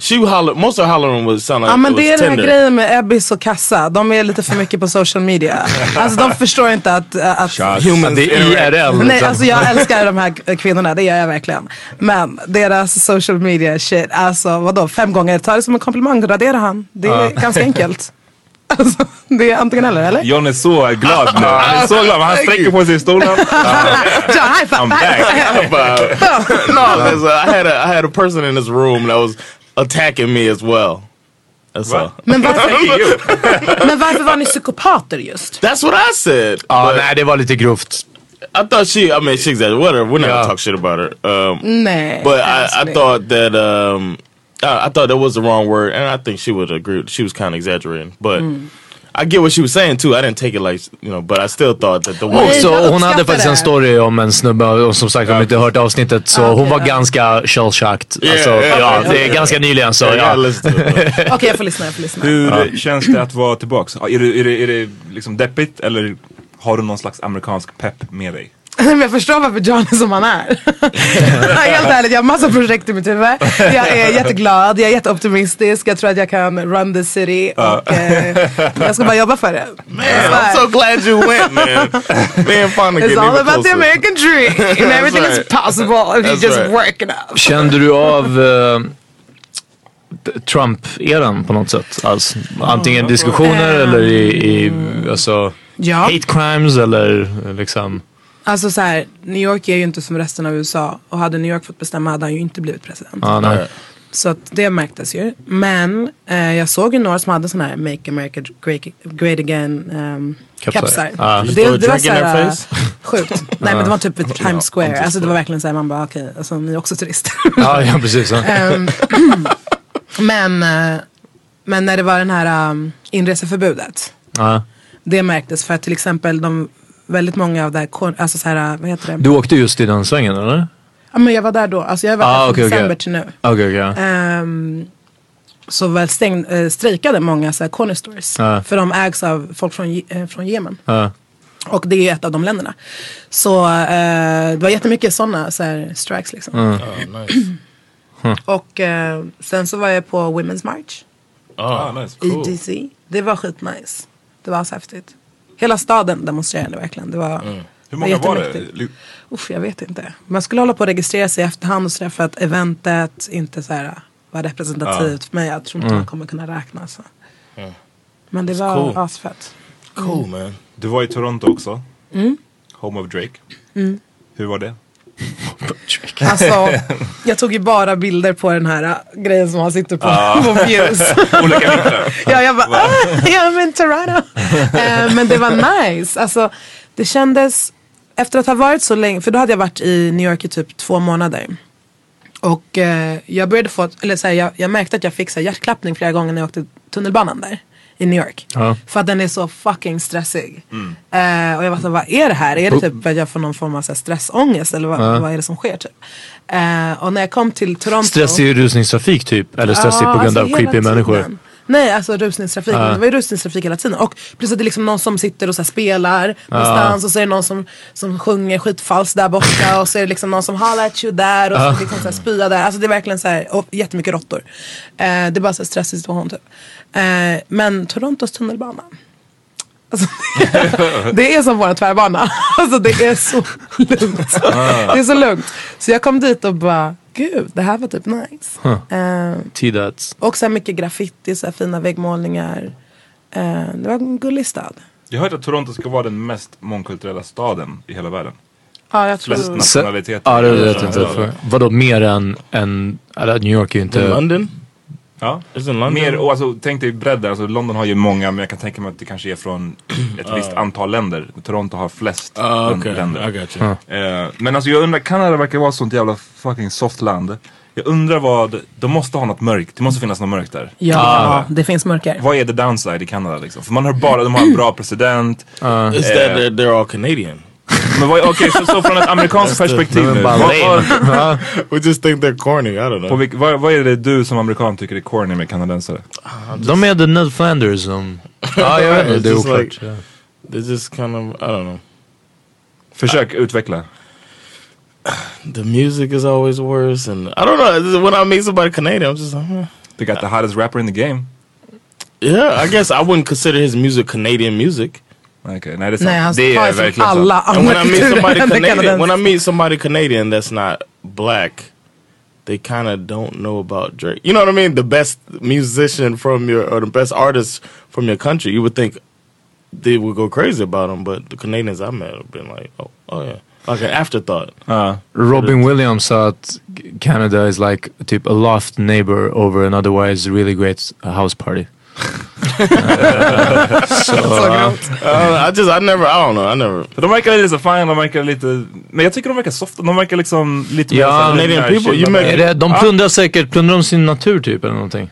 Speaker 5: she hollered. Most of her hollering was sound like
Speaker 4: Ja men
Speaker 5: it was
Speaker 4: det är den här
Speaker 5: Tinder.
Speaker 4: grejen med Ebbis och Kassa. De är lite för mycket på social media. Alltså de förstår inte att... eh, att
Speaker 2: Humans det är IRL.
Speaker 4: Nej
Speaker 2: liksom.
Speaker 4: alltså jag älskar de här k- kvinnorna, det gör jag verkligen. Men deras social media shit, alltså vadå fem gånger, ta det som en komplimang, radera han. Det är ganska enkelt. Alltså, det är antingen eller, eller?
Speaker 1: John är så glad nu. Han är så glad. Han sträcker på sig i stolen.
Speaker 4: Ja, high
Speaker 1: I'm
Speaker 4: five!
Speaker 1: back.
Speaker 5: But- no, there's a, I had a I had a person in this room that was attacking me as well. That's
Speaker 1: What?
Speaker 5: all.
Speaker 4: Men varför, men varför var ni psykopater just?
Speaker 5: That's what I said.
Speaker 2: Ja,
Speaker 5: But
Speaker 2: nej det var lite grovt.
Speaker 5: I thought she. I mean, she exaggerated. Whatever. We're not
Speaker 2: Yeah.
Speaker 5: gonna talk shit about her. Um,
Speaker 4: Nej.
Speaker 5: But I, I
Speaker 4: älskling.
Speaker 5: thought that um, I, I thought that was the wrong word, and I think she would agree. She was kind of exaggerating, but
Speaker 4: Mm.
Speaker 5: I get what she was saying too. I didn't take it like you know, but I still thought that the
Speaker 2: Och
Speaker 5: word.
Speaker 4: jag
Speaker 2: så hon
Speaker 4: uppskattar
Speaker 2: hade faktiskt
Speaker 4: det.
Speaker 2: en story om en snubbe och som sagt om ni inte hört avsnittet så
Speaker 4: Ah, okej,
Speaker 2: hon var
Speaker 4: ja.
Speaker 2: ganska shell shocked.
Speaker 5: Yeah,
Speaker 2: Alltså,
Speaker 5: yeah,
Speaker 2: ja,
Speaker 5: yeah.
Speaker 2: det är ganska nyligen så
Speaker 5: Yeah,
Speaker 2: ja.
Speaker 5: listen to it.
Speaker 4: Okej jag får lyssna, jag får lyssna.
Speaker 1: Hur känns det att vara tillbaks? Är det, är det, är det liksom deppigt eller har du någon slags amerikansk pepp med dig?
Speaker 4: Men jag förstår varför John är som han är. Nej, Helt ärligt, jag har massa projekt i mitt huvud. Jag är jätteglad, jag är jätteoptimistisk, jag tror att jag kan run the city. Och, eh, jag ska bara jobba för det.
Speaker 5: Man, I'm so glad you went, man. Me and Fonda
Speaker 4: It's
Speaker 5: getting
Speaker 4: all
Speaker 5: even
Speaker 4: about the
Speaker 5: closer.
Speaker 4: American dream. And everything is
Speaker 5: right.
Speaker 4: possible if you
Speaker 5: That's
Speaker 4: just
Speaker 5: right.
Speaker 4: work it up.
Speaker 2: Kände du av eh, t- Trump-eran på något sätt? Alltså, antingen diskussioner
Speaker 4: Eh.
Speaker 2: eller i, i alltså,
Speaker 4: Ja.
Speaker 2: hate crimes eller eh, liksom.
Speaker 4: Alltså så här, New York är ju inte som resten av USA. Och hade New York fått bestämma hade han ju inte blivit president.
Speaker 2: Ja, nej.
Speaker 4: Så att det märktes ju. Men eh, jag såg ju några som hade sådana här Make America Great, great Again ehm,
Speaker 2: Kepsar.
Speaker 4: kepsar.
Speaker 2: Ah.
Speaker 4: Och
Speaker 5: Just throw a
Speaker 4: Det, det var
Speaker 5: drink in their
Speaker 4: såhär
Speaker 5: face?
Speaker 4: sjukt. Nej men det var typ vid Times
Speaker 5: Ja,
Speaker 4: Square.
Speaker 5: Times
Speaker 4: Alltså det var
Speaker 5: Square.
Speaker 4: verkligen såhär man bara okej, alltså ni är också turister.
Speaker 2: Ja, ja precis. Ja.
Speaker 4: Ehm, men, eh, men när det var den här um, inreseförbudet.
Speaker 2: Ja.
Speaker 4: Det märktes för att till exempel de väldigt många av det här, kon- alltså så här, vad heter det?
Speaker 2: Du åkte just i den svängen eller?
Speaker 4: Ja men jag var där då, alltså jag var
Speaker 2: Ah,
Speaker 4: där från
Speaker 2: okej, okej.
Speaker 4: december till nu.
Speaker 2: Okej, okej.
Speaker 4: Ehm, så väl stäng, eh, strejkade många så här, corner stores.
Speaker 2: Ja.
Speaker 4: För de ägs av folk från, Ye- eh, från Yemen.
Speaker 2: Ja.
Speaker 4: Och det är ju ett av de länderna. Så eh, det var jättemycket sådana så här, strikes liksom. Och eh, sen så var jag på Women's March
Speaker 5: Oh. Uh,
Speaker 1: Ah, nice. Cool.
Speaker 4: i DC. Det var skitnice. Det var ashäftigt. Hela staden demonstrerade verkligen. Det var,
Speaker 1: Hur många var det?
Speaker 4: jättemäktigt. Uff, jag vet inte. Man skulle hålla på att registrera sig i efterhand och sådär för att eventet inte så här var representativt för mig. Jag tror inte man kommer kunna räkna. Så. Men det var
Speaker 5: cool.
Speaker 4: asfett.
Speaker 5: Cool man.
Speaker 1: Du var i Toronto också. Home of Drake. Hur var det?
Speaker 4: Alltså, jag tog ju bara bilder på den här äh, grejen som han sitter på, på views.
Speaker 1: Olika vinklar.
Speaker 4: ja, jag bara, ah, jag är in Toronto. Eh, men det var nice. Alltså, det kändes, efter att ha varit så länge, för då hade jag varit i New York i typ två månader. Och eh, jag började få, eller så här, jag, jag märkte att jag fick så här, hjärtklappning flera gånger när jag åkte tunnelbanan där i New York.
Speaker 2: Ja.
Speaker 4: För att den är så fucking stressig. Eh, och jag var så här, vad är det här? Är det typ att jag får någon form av så här, stressångest eller vad, vad är det som sker typ? Eh, och när jag kom till Toronto.
Speaker 2: Stressig rusningstrafik typ? Eller stressig
Speaker 4: Ja,
Speaker 2: på grund
Speaker 4: alltså
Speaker 2: av
Speaker 4: hela
Speaker 2: creepy
Speaker 4: tiden.
Speaker 2: människor?
Speaker 4: Nej, alltså rusningstrafik. Det var ju rusningstrafik hela tiden. Och plus att det är liksom någon som sitter och så här spelar någonstans och så är det någon som, som sjunger skitfalskt där borta och så är det liksom någon som holla at you där och så liksom så här spya där. Alltså det är verkligen så här, och jättemycket råttor. Eh, det är bara så här stressig situation typ. Eh, men Torontos tunnelbana. Alltså, det är som vår tvärbana. Alltså det är så lugnt.
Speaker 2: Ah.
Speaker 4: Det är så lugnt. Så jag kom dit och bara, gud det här var typ nice. Eh,
Speaker 2: T-dats.
Speaker 4: och sen mycket graffiti, så här fina väggmålningar. Eh, det var en gullig stad.
Speaker 1: Jag har hört att Toronto ska vara den mest mångkulturella staden i hela världen.
Speaker 4: Ja, jag
Speaker 1: Flest
Speaker 4: tror...
Speaker 1: nationaliteter.
Speaker 2: Ja det vet jag inte. Vadå mer än, än eller, New York är ju
Speaker 5: In
Speaker 2: inte...
Speaker 5: London?
Speaker 1: Ja.
Speaker 5: Is it London?
Speaker 1: Mer, och alltså, tänk dig bredden, alltså, London har ju många men jag kan tänka mig att det kanske är från ett visst antal länder. Toronto har flest
Speaker 5: Ah,
Speaker 1: län-
Speaker 5: okay.
Speaker 1: länder.
Speaker 5: I got you.
Speaker 1: Eh, men alltså jag undrar, Kanada verkar vara ett sånt jävla fucking soft land. Jag undrar vad, de måste ha något mörkt, det måste finnas något mörkt där.
Speaker 4: Ja, det finns mörker.
Speaker 1: Vad är the downside i Kanada liksom? För man hör bara, de har en bra president.
Speaker 5: It's that they're, they're all Canadian.
Speaker 1: Men vad- okej, så, så från ett amerikanskt perspektiv nu. Vad, vad,
Speaker 5: We just think they're corny. I don't
Speaker 1: på
Speaker 5: know.
Speaker 1: vilk, vad, vad är det du som amerikan tycker är corny med kanadensare?
Speaker 2: De är the Ned Flanders som... Ja jag vet inte, det är
Speaker 5: Just
Speaker 2: oklart.
Speaker 5: like- They're just kind of I don't know.
Speaker 1: Försök utveckla.
Speaker 5: The music is always worse, and I don't know. This is- When I meet somebody Canadian, I'm just like, eh.
Speaker 1: They got the hottest rapper in the game.
Speaker 5: yeah. I guess I wouldn't consider his music Canadian music.
Speaker 1: Okej, nej det är sant.
Speaker 4: Nej, han
Speaker 1: det
Speaker 4: tar
Speaker 1: är
Speaker 4: ju
Speaker 1: verkligen
Speaker 4: från alla
Speaker 1: sant.
Speaker 5: And when
Speaker 4: andra
Speaker 5: I meet somebody
Speaker 4: kulturer än det
Speaker 5: Canadian, when I
Speaker 4: kanadensiska.
Speaker 5: meet somebody Canadian that's not black, they kind of don't know about Drake. You know what I mean? The best musician from your or the best artist from your country, you would think they would go crazy about him, but the Canadians I met have been like, oh, oh yeah, like an afterthought.
Speaker 2: Robin Williams sa att Canada is like typ a loft neighbor over an otherwise really great house party.
Speaker 5: Uh, I just I never I don't know I never.
Speaker 1: För de verkar lite så fine, de verkar lite... Men jag tycker de verkar softa, de verkar liksom lite
Speaker 2: Ja,
Speaker 1: så här
Speaker 5: Canadian
Speaker 1: lugna,
Speaker 5: people, you
Speaker 1: chilla.
Speaker 5: make-
Speaker 2: Är det, de plundrar säkert, plundrar de sin natur typ eller någonting?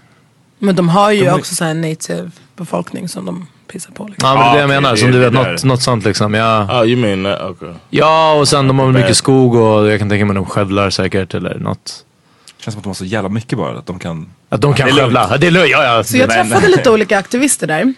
Speaker 4: Men de har ju också så här native befolkning som de pissar på. Liksom.
Speaker 2: Ja men det
Speaker 1: Ah,
Speaker 2: är det jag
Speaker 1: okej,
Speaker 2: menar,
Speaker 1: det-
Speaker 2: som du
Speaker 1: det
Speaker 2: vet,
Speaker 1: där.
Speaker 2: något, något sånt liksom. Ja.
Speaker 5: Oh, you mean that? Okay.
Speaker 2: ja och sen de har väl mycket skog och jag kan tänka mig de skövlar säkert eller något.
Speaker 1: Känns som att de har så jävla mycket bara, att de kan...
Speaker 2: Att de kan
Speaker 1: Det är lugnt.
Speaker 2: skövla, Ja, det är lugnt. Ja, ja.
Speaker 4: Så jag träffade lite olika aktivister där.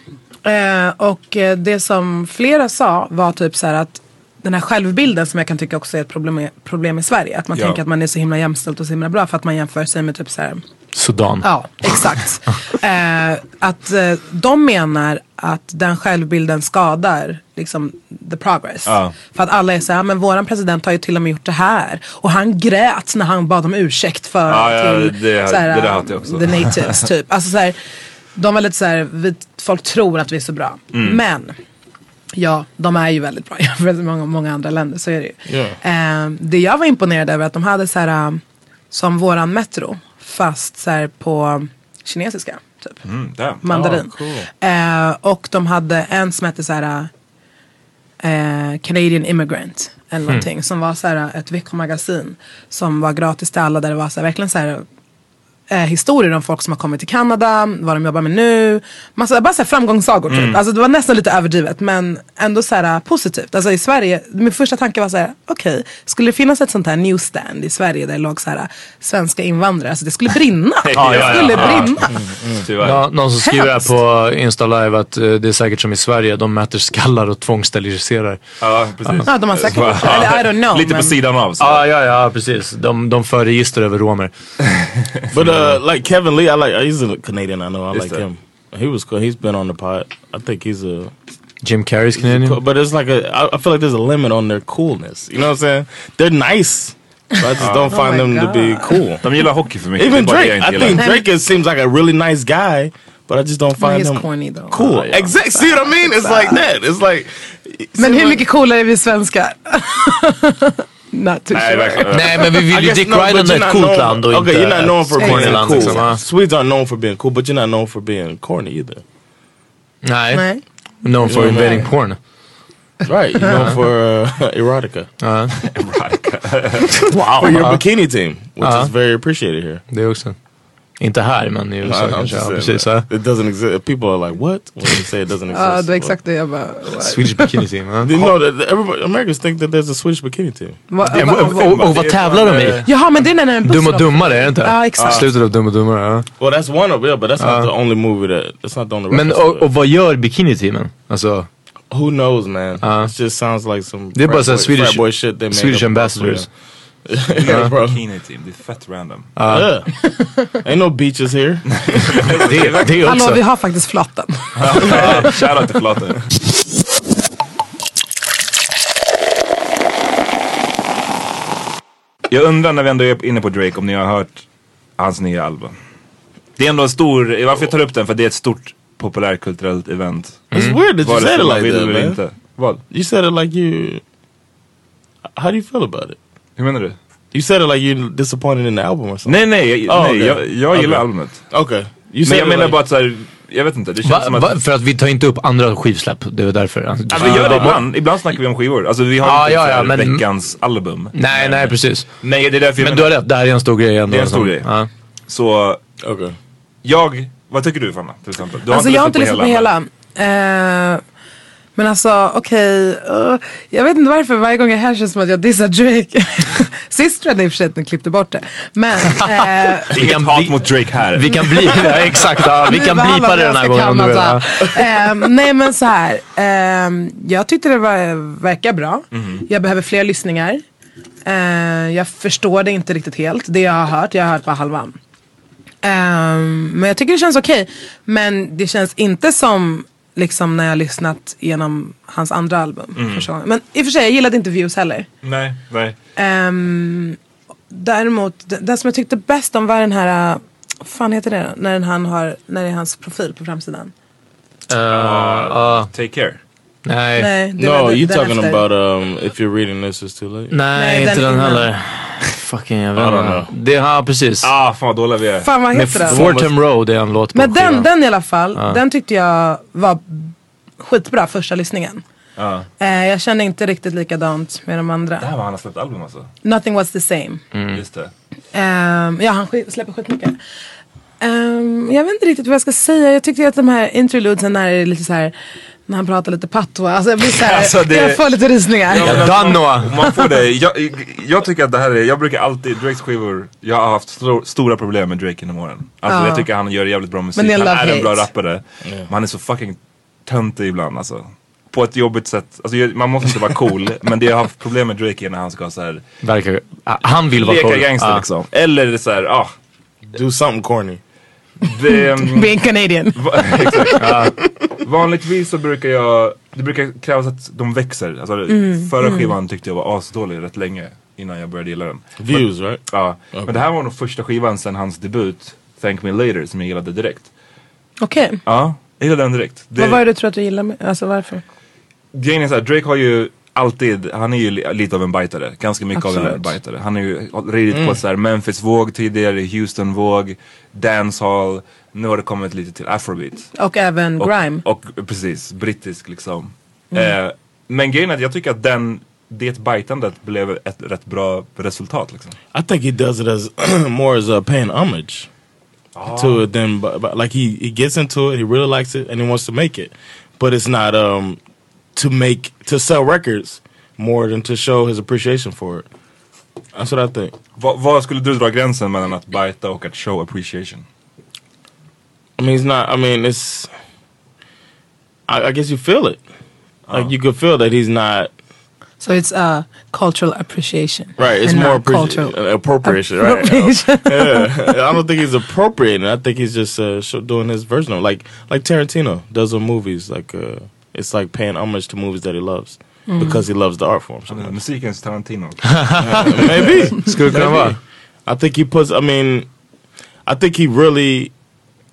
Speaker 4: Eh, och eh, det som flera sa var typ så här att den här självbilden som jag kan tycka också är ett problem, problem i Sverige. Att man
Speaker 1: Ja.
Speaker 4: tänker att man är så himla jämställd och så himla bra för att man jämför sig med typ så här
Speaker 2: Sudan.
Speaker 4: Ja, exakt. eh, att eh, de menar att den självbilden skadar liksom the progress.
Speaker 1: Ja.
Speaker 4: För att alla är så här, men våran president har ju till och med gjort det här. Och han grät när han bad om ursäkt för
Speaker 1: Ja, ja,
Speaker 4: till
Speaker 1: det-
Speaker 4: så här,
Speaker 1: det där hade jag också.
Speaker 4: the natives typ. Alltså så här, de var lite så här, vi, folk tror att vi är så bra.
Speaker 1: Mm.
Speaker 4: Men Ja, de är ju väldigt bra jämfört med många, många andra länder. Så är det ju. Eh, det jag var imponerad över är att de hade så här, eh, som våran metro, fast så här på kinesiska. Typ.
Speaker 1: Mm, damn.
Speaker 4: Mandarin.
Speaker 1: Mm.
Speaker 4: eh, och de hade en som hette så här, eh, Canadian Immigrant.
Speaker 1: Hmm.
Speaker 4: Eller någonting, som var så här, ett veckomagasin som var gratis till alla där det var så här, verkligen så här eh, historier om folk som har kommit till Kanada, vad de jobbar med nu. Massa, bara så här framgångssagor
Speaker 1: Mm.
Speaker 4: typ. Alltså det var nästan lite överdrivet men ändå så här positivt. Alltså i Sverige, min första tanke var så här, okej, skulle det finnas ett sånt här newsstand i Sverige där det låg så här svenska invandrare, alltså det skulle brinna.
Speaker 1: Ja, ja,
Speaker 4: det skulle
Speaker 1: ja, ja.
Speaker 4: brinna.
Speaker 1: Tyvärr.
Speaker 2: Ja, någon som skriver här
Speaker 4: Hemskt.
Speaker 2: på Insta live att eh, det är säkert som i Sverige, de mäter skallar och tvångssteriliserar.
Speaker 1: Ja, precis.
Speaker 4: Ja, de har säkert
Speaker 1: Ja.
Speaker 4: gjort det. Eller I don't know,
Speaker 1: Lite på
Speaker 4: men-
Speaker 1: sidan av. Så.
Speaker 2: Ja, ja, ja, precis. De, de för register över romer.
Speaker 5: But uh, like Kevin Lee, I like. He's a Canadian. I know. I
Speaker 1: Is
Speaker 5: like
Speaker 1: that-
Speaker 5: him. He was cool. He's been on the pod. I think he's a.
Speaker 2: Jim Carreys
Speaker 5: cool-
Speaker 2: Canadian.
Speaker 5: But it's like a. I, I feel like there's a limit on their coolness. You know what I'm saying? They're nice. But I just don't find
Speaker 4: Oh my
Speaker 5: them to be
Speaker 4: God.
Speaker 5: cool.
Speaker 1: De gillar hockey för mycket.
Speaker 5: Even
Speaker 1: Det är bara det
Speaker 5: Drake.
Speaker 1: jag
Speaker 5: I
Speaker 1: inte
Speaker 5: think
Speaker 1: gillar.
Speaker 5: Drake is, seems like a really nice guy, but I just don't find
Speaker 4: he's
Speaker 5: him
Speaker 4: corny though.
Speaker 5: cool. Exactly. See what I mean? It's like that. It's like.
Speaker 4: Men hur mycket coolare är vi svenskar? typ Not too
Speaker 1: Nej,
Speaker 4: sure.
Speaker 1: verkligen.
Speaker 2: Nej, men vi
Speaker 5: Eh, I
Speaker 2: vill ju
Speaker 5: guess
Speaker 2: Dick
Speaker 5: no, but
Speaker 2: Ryden
Speaker 5: you're
Speaker 2: är ett
Speaker 5: not
Speaker 2: coolt
Speaker 5: known-
Speaker 2: land och
Speaker 5: Okay,
Speaker 2: inte
Speaker 5: you're not known for
Speaker 2: ett
Speaker 5: being
Speaker 2: corny
Speaker 4: corny
Speaker 2: land.
Speaker 5: cool.
Speaker 2: Liksom, va?
Speaker 5: Swedes aren't known for being cool, but you're not known for being corny either.
Speaker 2: Nej.
Speaker 4: Nej.
Speaker 2: Known for
Speaker 5: Nej.
Speaker 2: invading porn.
Speaker 5: Right. You're
Speaker 2: Uh-huh.
Speaker 5: known for uh, erotica.
Speaker 2: Wow. Uh-huh.
Speaker 5: For your bikini team, which is very appreciated here.
Speaker 2: Det också. Inte här, men i USA
Speaker 5: I'm
Speaker 2: kanske.
Speaker 5: just
Speaker 2: Ja,
Speaker 5: saying
Speaker 2: precis.
Speaker 5: that.
Speaker 2: ja.
Speaker 5: It doesn't exist. People are like, what? When you say it doesn't exist.
Speaker 4: Ja, det var exakt
Speaker 5: Well,
Speaker 4: det jag bara... what?
Speaker 2: Swedish bikini team. va?
Speaker 5: You know, that everybody, Americans think that there's a Swedish bikini team.
Speaker 4: Vad-
Speaker 2: Ja,
Speaker 4: vad-
Speaker 2: och, och, och vad tävlar de i?
Speaker 4: Jaha men det är när en buss
Speaker 2: Dum och
Speaker 4: åker.
Speaker 2: dummare, är det inte?
Speaker 4: Ja, exakt.
Speaker 2: Slutet av Dum och dummare, ja.
Speaker 5: Well, that's one of it, but that's
Speaker 2: Uh-huh.
Speaker 5: not the only movie that. That's not the only.
Speaker 2: Men
Speaker 5: reference
Speaker 2: och,
Speaker 5: to
Speaker 2: och vad gör bikini-teamen? Alltså,
Speaker 5: it. who knows, man?
Speaker 2: Uh-huh.
Speaker 5: it just sounds like some.
Speaker 2: Det är bara
Speaker 5: frat
Speaker 2: såhär
Speaker 5: boy-
Speaker 2: Swedish-
Speaker 5: frat boy shit. They made
Speaker 2: Swedish
Speaker 5: up.
Speaker 2: ambassadors.
Speaker 5: Yeah, bro.
Speaker 1: Bikini team, det är fett random.
Speaker 2: Uh-huh.
Speaker 5: Yeah. Ain't no beaches here.
Speaker 2: Det, det är
Speaker 4: Hallå
Speaker 2: också.
Speaker 4: vi har faktiskt flatten.
Speaker 1: Shoutout till Flaten. Jag undrar när vi ändå är inne på Drake om ni har hört hans nya album. Det är ändå en stor, varför jag tar upp den för det är ett stort populärkulturellt event.
Speaker 5: It's weird that you
Speaker 1: Vare sig
Speaker 5: said it
Speaker 1: man
Speaker 5: like
Speaker 1: vill
Speaker 5: that,
Speaker 1: eller
Speaker 5: man.
Speaker 1: inte. Vad?
Speaker 5: You said it like you. How do you feel about it?
Speaker 1: Hur menar du?
Speaker 5: You said it like you're disappointed in the album or something.
Speaker 1: Nej nej, jag,
Speaker 5: Ah,
Speaker 1: nej
Speaker 5: okej.
Speaker 1: jag, jag gillar
Speaker 5: Okej.
Speaker 1: albumet.
Speaker 5: Okay. You
Speaker 1: Men
Speaker 5: said
Speaker 1: jag
Speaker 5: it
Speaker 1: menar
Speaker 5: like,
Speaker 1: bara att såhär, jag vet inte, det känns
Speaker 2: Va,
Speaker 1: som att...
Speaker 2: va, för att vi tar inte upp andra skivsläpp, det är därför. Alltså,
Speaker 1: Alltså, vi gör det ibland, ibland snackar vi om skivor. Alltså vi har
Speaker 2: Ja,
Speaker 1: inte
Speaker 2: ja,
Speaker 1: så här
Speaker 2: ja, men-
Speaker 1: veckans album.
Speaker 2: Nej, nej precis.
Speaker 1: Nej det är därför jag
Speaker 2: Men du
Speaker 1: menar.
Speaker 2: har rätt, det här är en stor grej ändå. liksom.
Speaker 1: Det är en stor grej.
Speaker 2: Ja.
Speaker 1: Så
Speaker 5: Okay.
Speaker 1: jag, vad tycker du Fanna till exempel? Du har
Speaker 4: Alltså jag har inte lyssnat på hela. Eh, men alltså okej. eh, jag vet inte varför varje gång jag är här känns det som att jag dissar Drake. Sist tror jag det i och för sig att ni klippte bort det. Men eh,
Speaker 1: albumet. Inget
Speaker 2: Vi-
Speaker 1: hat mot Drake här.
Speaker 2: Vi kan bli, ja, exakt, ja, vi
Speaker 4: Nu
Speaker 2: kan
Speaker 4: behandlar
Speaker 2: blipa
Speaker 4: vi
Speaker 2: det den här
Speaker 4: Oscar
Speaker 2: gången om du vill.
Speaker 4: Kamma,
Speaker 2: Ja.
Speaker 4: så här. Ehm, Nej men så här. ehm, jag tyckte det var, verkar bra.
Speaker 2: Mhm.
Speaker 4: Jag behöver fler lyssningar. Ehm, jag förstår det inte riktigt helt. Det jag har hört, jag har hört bara halvan. Ehm, men jag tycker det känns okej. Men det känns inte som liksom när jag har lyssnat genom hans andra album.
Speaker 2: Mm.
Speaker 4: första gången. Men i och för sig, jag gillade inte Views heller.
Speaker 1: Nej, nej.
Speaker 4: Ehm, däremot, d- den som jag tyckte bäst om var den här, äh, vad fan heter det då? När, den han har, när det är hans profil på framsidan.
Speaker 1: Take care.
Speaker 2: Eh, Nej,
Speaker 4: Nej, det var
Speaker 5: No,
Speaker 4: den-
Speaker 5: you're
Speaker 4: den
Speaker 5: talking
Speaker 4: efter.
Speaker 5: about um, if you're reading this, it's too late.
Speaker 2: nej,
Speaker 4: Nej,
Speaker 2: inte
Speaker 4: den
Speaker 2: den
Speaker 4: innan.
Speaker 2: heller. Fucking jag vet
Speaker 5: I don't
Speaker 2: inte.
Speaker 5: know.
Speaker 2: Det, ja precis.
Speaker 1: Ah, fan vad dåliga vi är.
Speaker 4: Fan vad
Speaker 2: Med
Speaker 4: heter den?
Speaker 2: Fortem Road är en låt på
Speaker 4: Men den,
Speaker 2: skivan.
Speaker 4: den i alla fall, den tyckte jag var skitbra första lyssningen.
Speaker 1: Ja.
Speaker 4: Eh, jag kände inte riktigt likadant med de andra.
Speaker 1: Det här var han har släppt album alltså.
Speaker 4: Nothing was the same.
Speaker 1: Just det.
Speaker 4: Ehm, ja, han sk- släpper skitmycket. Um, jag vet inte riktigt vad jag ska säga. Jag tyckte att de här interludesen när det är lite så här när han pratar lite patwa. Alltså jag blir så här,
Speaker 1: Alltså, det-
Speaker 4: jag får lite rysningar.
Speaker 2: Ja, Danua.
Speaker 1: Man får det. Jag, jag tycker att det här är, jag brukar alltid, Drakes skivor, jag har haft stor, stora problem med Drake genom åren. Alltså
Speaker 4: Ja.
Speaker 1: jag tycker han gör jävligt bra musik,
Speaker 4: Men det är
Speaker 1: han är
Speaker 4: love
Speaker 1: en bra
Speaker 4: hate.
Speaker 1: rappare. Men han är så fucking töntig ibland alltså. På ett jobbigt sätt. Alltså, jag- man måste inte vara cool, men det jag har haft problem med Drake är när han ska så här
Speaker 2: Verkar, ah, han vill vara
Speaker 1: leka
Speaker 2: cool. Ah.
Speaker 1: gangster
Speaker 2: Ja.
Speaker 1: liksom. Eller är det så här, ja. Ah,
Speaker 5: Do something corny.
Speaker 1: det,
Speaker 4: Being Canadian.
Speaker 1: va, exakt, ja. Vanligtvis så brukar jag, det brukar krävas att de växer. Alltså,
Speaker 4: Mm.
Speaker 1: Förra skivan tyckte jag var asdålig rätt länge innan jag började gilla den.
Speaker 5: Views, right?
Speaker 1: Ja, men det här var nog första skivan sen hans debut, Thank Me Later, som jag gillade direkt.
Speaker 4: Okej.
Speaker 1: Ja, jag gillade den direkt. Det,
Speaker 4: Vad var det du tror att du gillar med, alltså varför?
Speaker 1: Grejen är såhär, Drake har ju alltid, han är ju li- lite av en bajtare. Ganska mycket av en
Speaker 4: Absolut.
Speaker 1: bajtare. Han har ju ridit på såhär Memphis-våg tidigare, Houston-våg, dancehall. Nu har det kommit lite till afrobeat.
Speaker 4: Och även grime. Mm.
Speaker 1: Och, och precis, brittisk liksom. Eh, men grejen är att jag tycker att den, det bajtandet blev ett rätt bra resultat liksom.
Speaker 5: I think he does it as more as uh, paying homage to it than but, but like he he gets into it, he really likes it, and he wants to make it, but it's not um to make to sell records more than to show his appreciation for it. That's what I think.
Speaker 1: Va- Var skulle du dra gränsen mellan att bajta och att show appreciation?
Speaker 5: I mean, it's not. I mean, it's. I, I guess you feel it. Like you could feel that he's not
Speaker 4: So it's uh, cultural appreciation.
Speaker 5: right. It's
Speaker 4: and
Speaker 5: more uh,
Speaker 4: not cultural.
Speaker 5: appreciation, appropriation, right?
Speaker 4: appropriation.
Speaker 5: I don't think he's appropriating. I think he's just uh, sh- doing his version of like like Tarantino does on movies. Like uh, it's like paying homage to movies that he loves
Speaker 4: Mm-hmm.
Speaker 5: because he loves the art form. so much.
Speaker 1: Musikens Tarantino.
Speaker 5: Maybe
Speaker 2: Skulle kunna vara.
Speaker 5: I think he puts. I mean, I think he really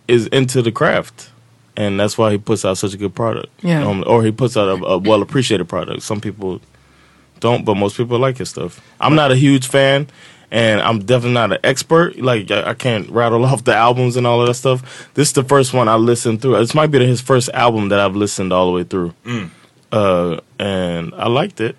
Speaker 5: is into the craft, and that's why he puts out such a good product.
Speaker 4: Yeah.
Speaker 5: Um, or he puts out a, a well appreciated product. Some people don't, but most people like his stuff. I'm not a huge fan, and I'm definitely not an expert. Like I, I can't rattle off the albums and all of that stuff. This is the first one I listened through. This might be his first album that I've listened all the way through. Uh, and I liked it.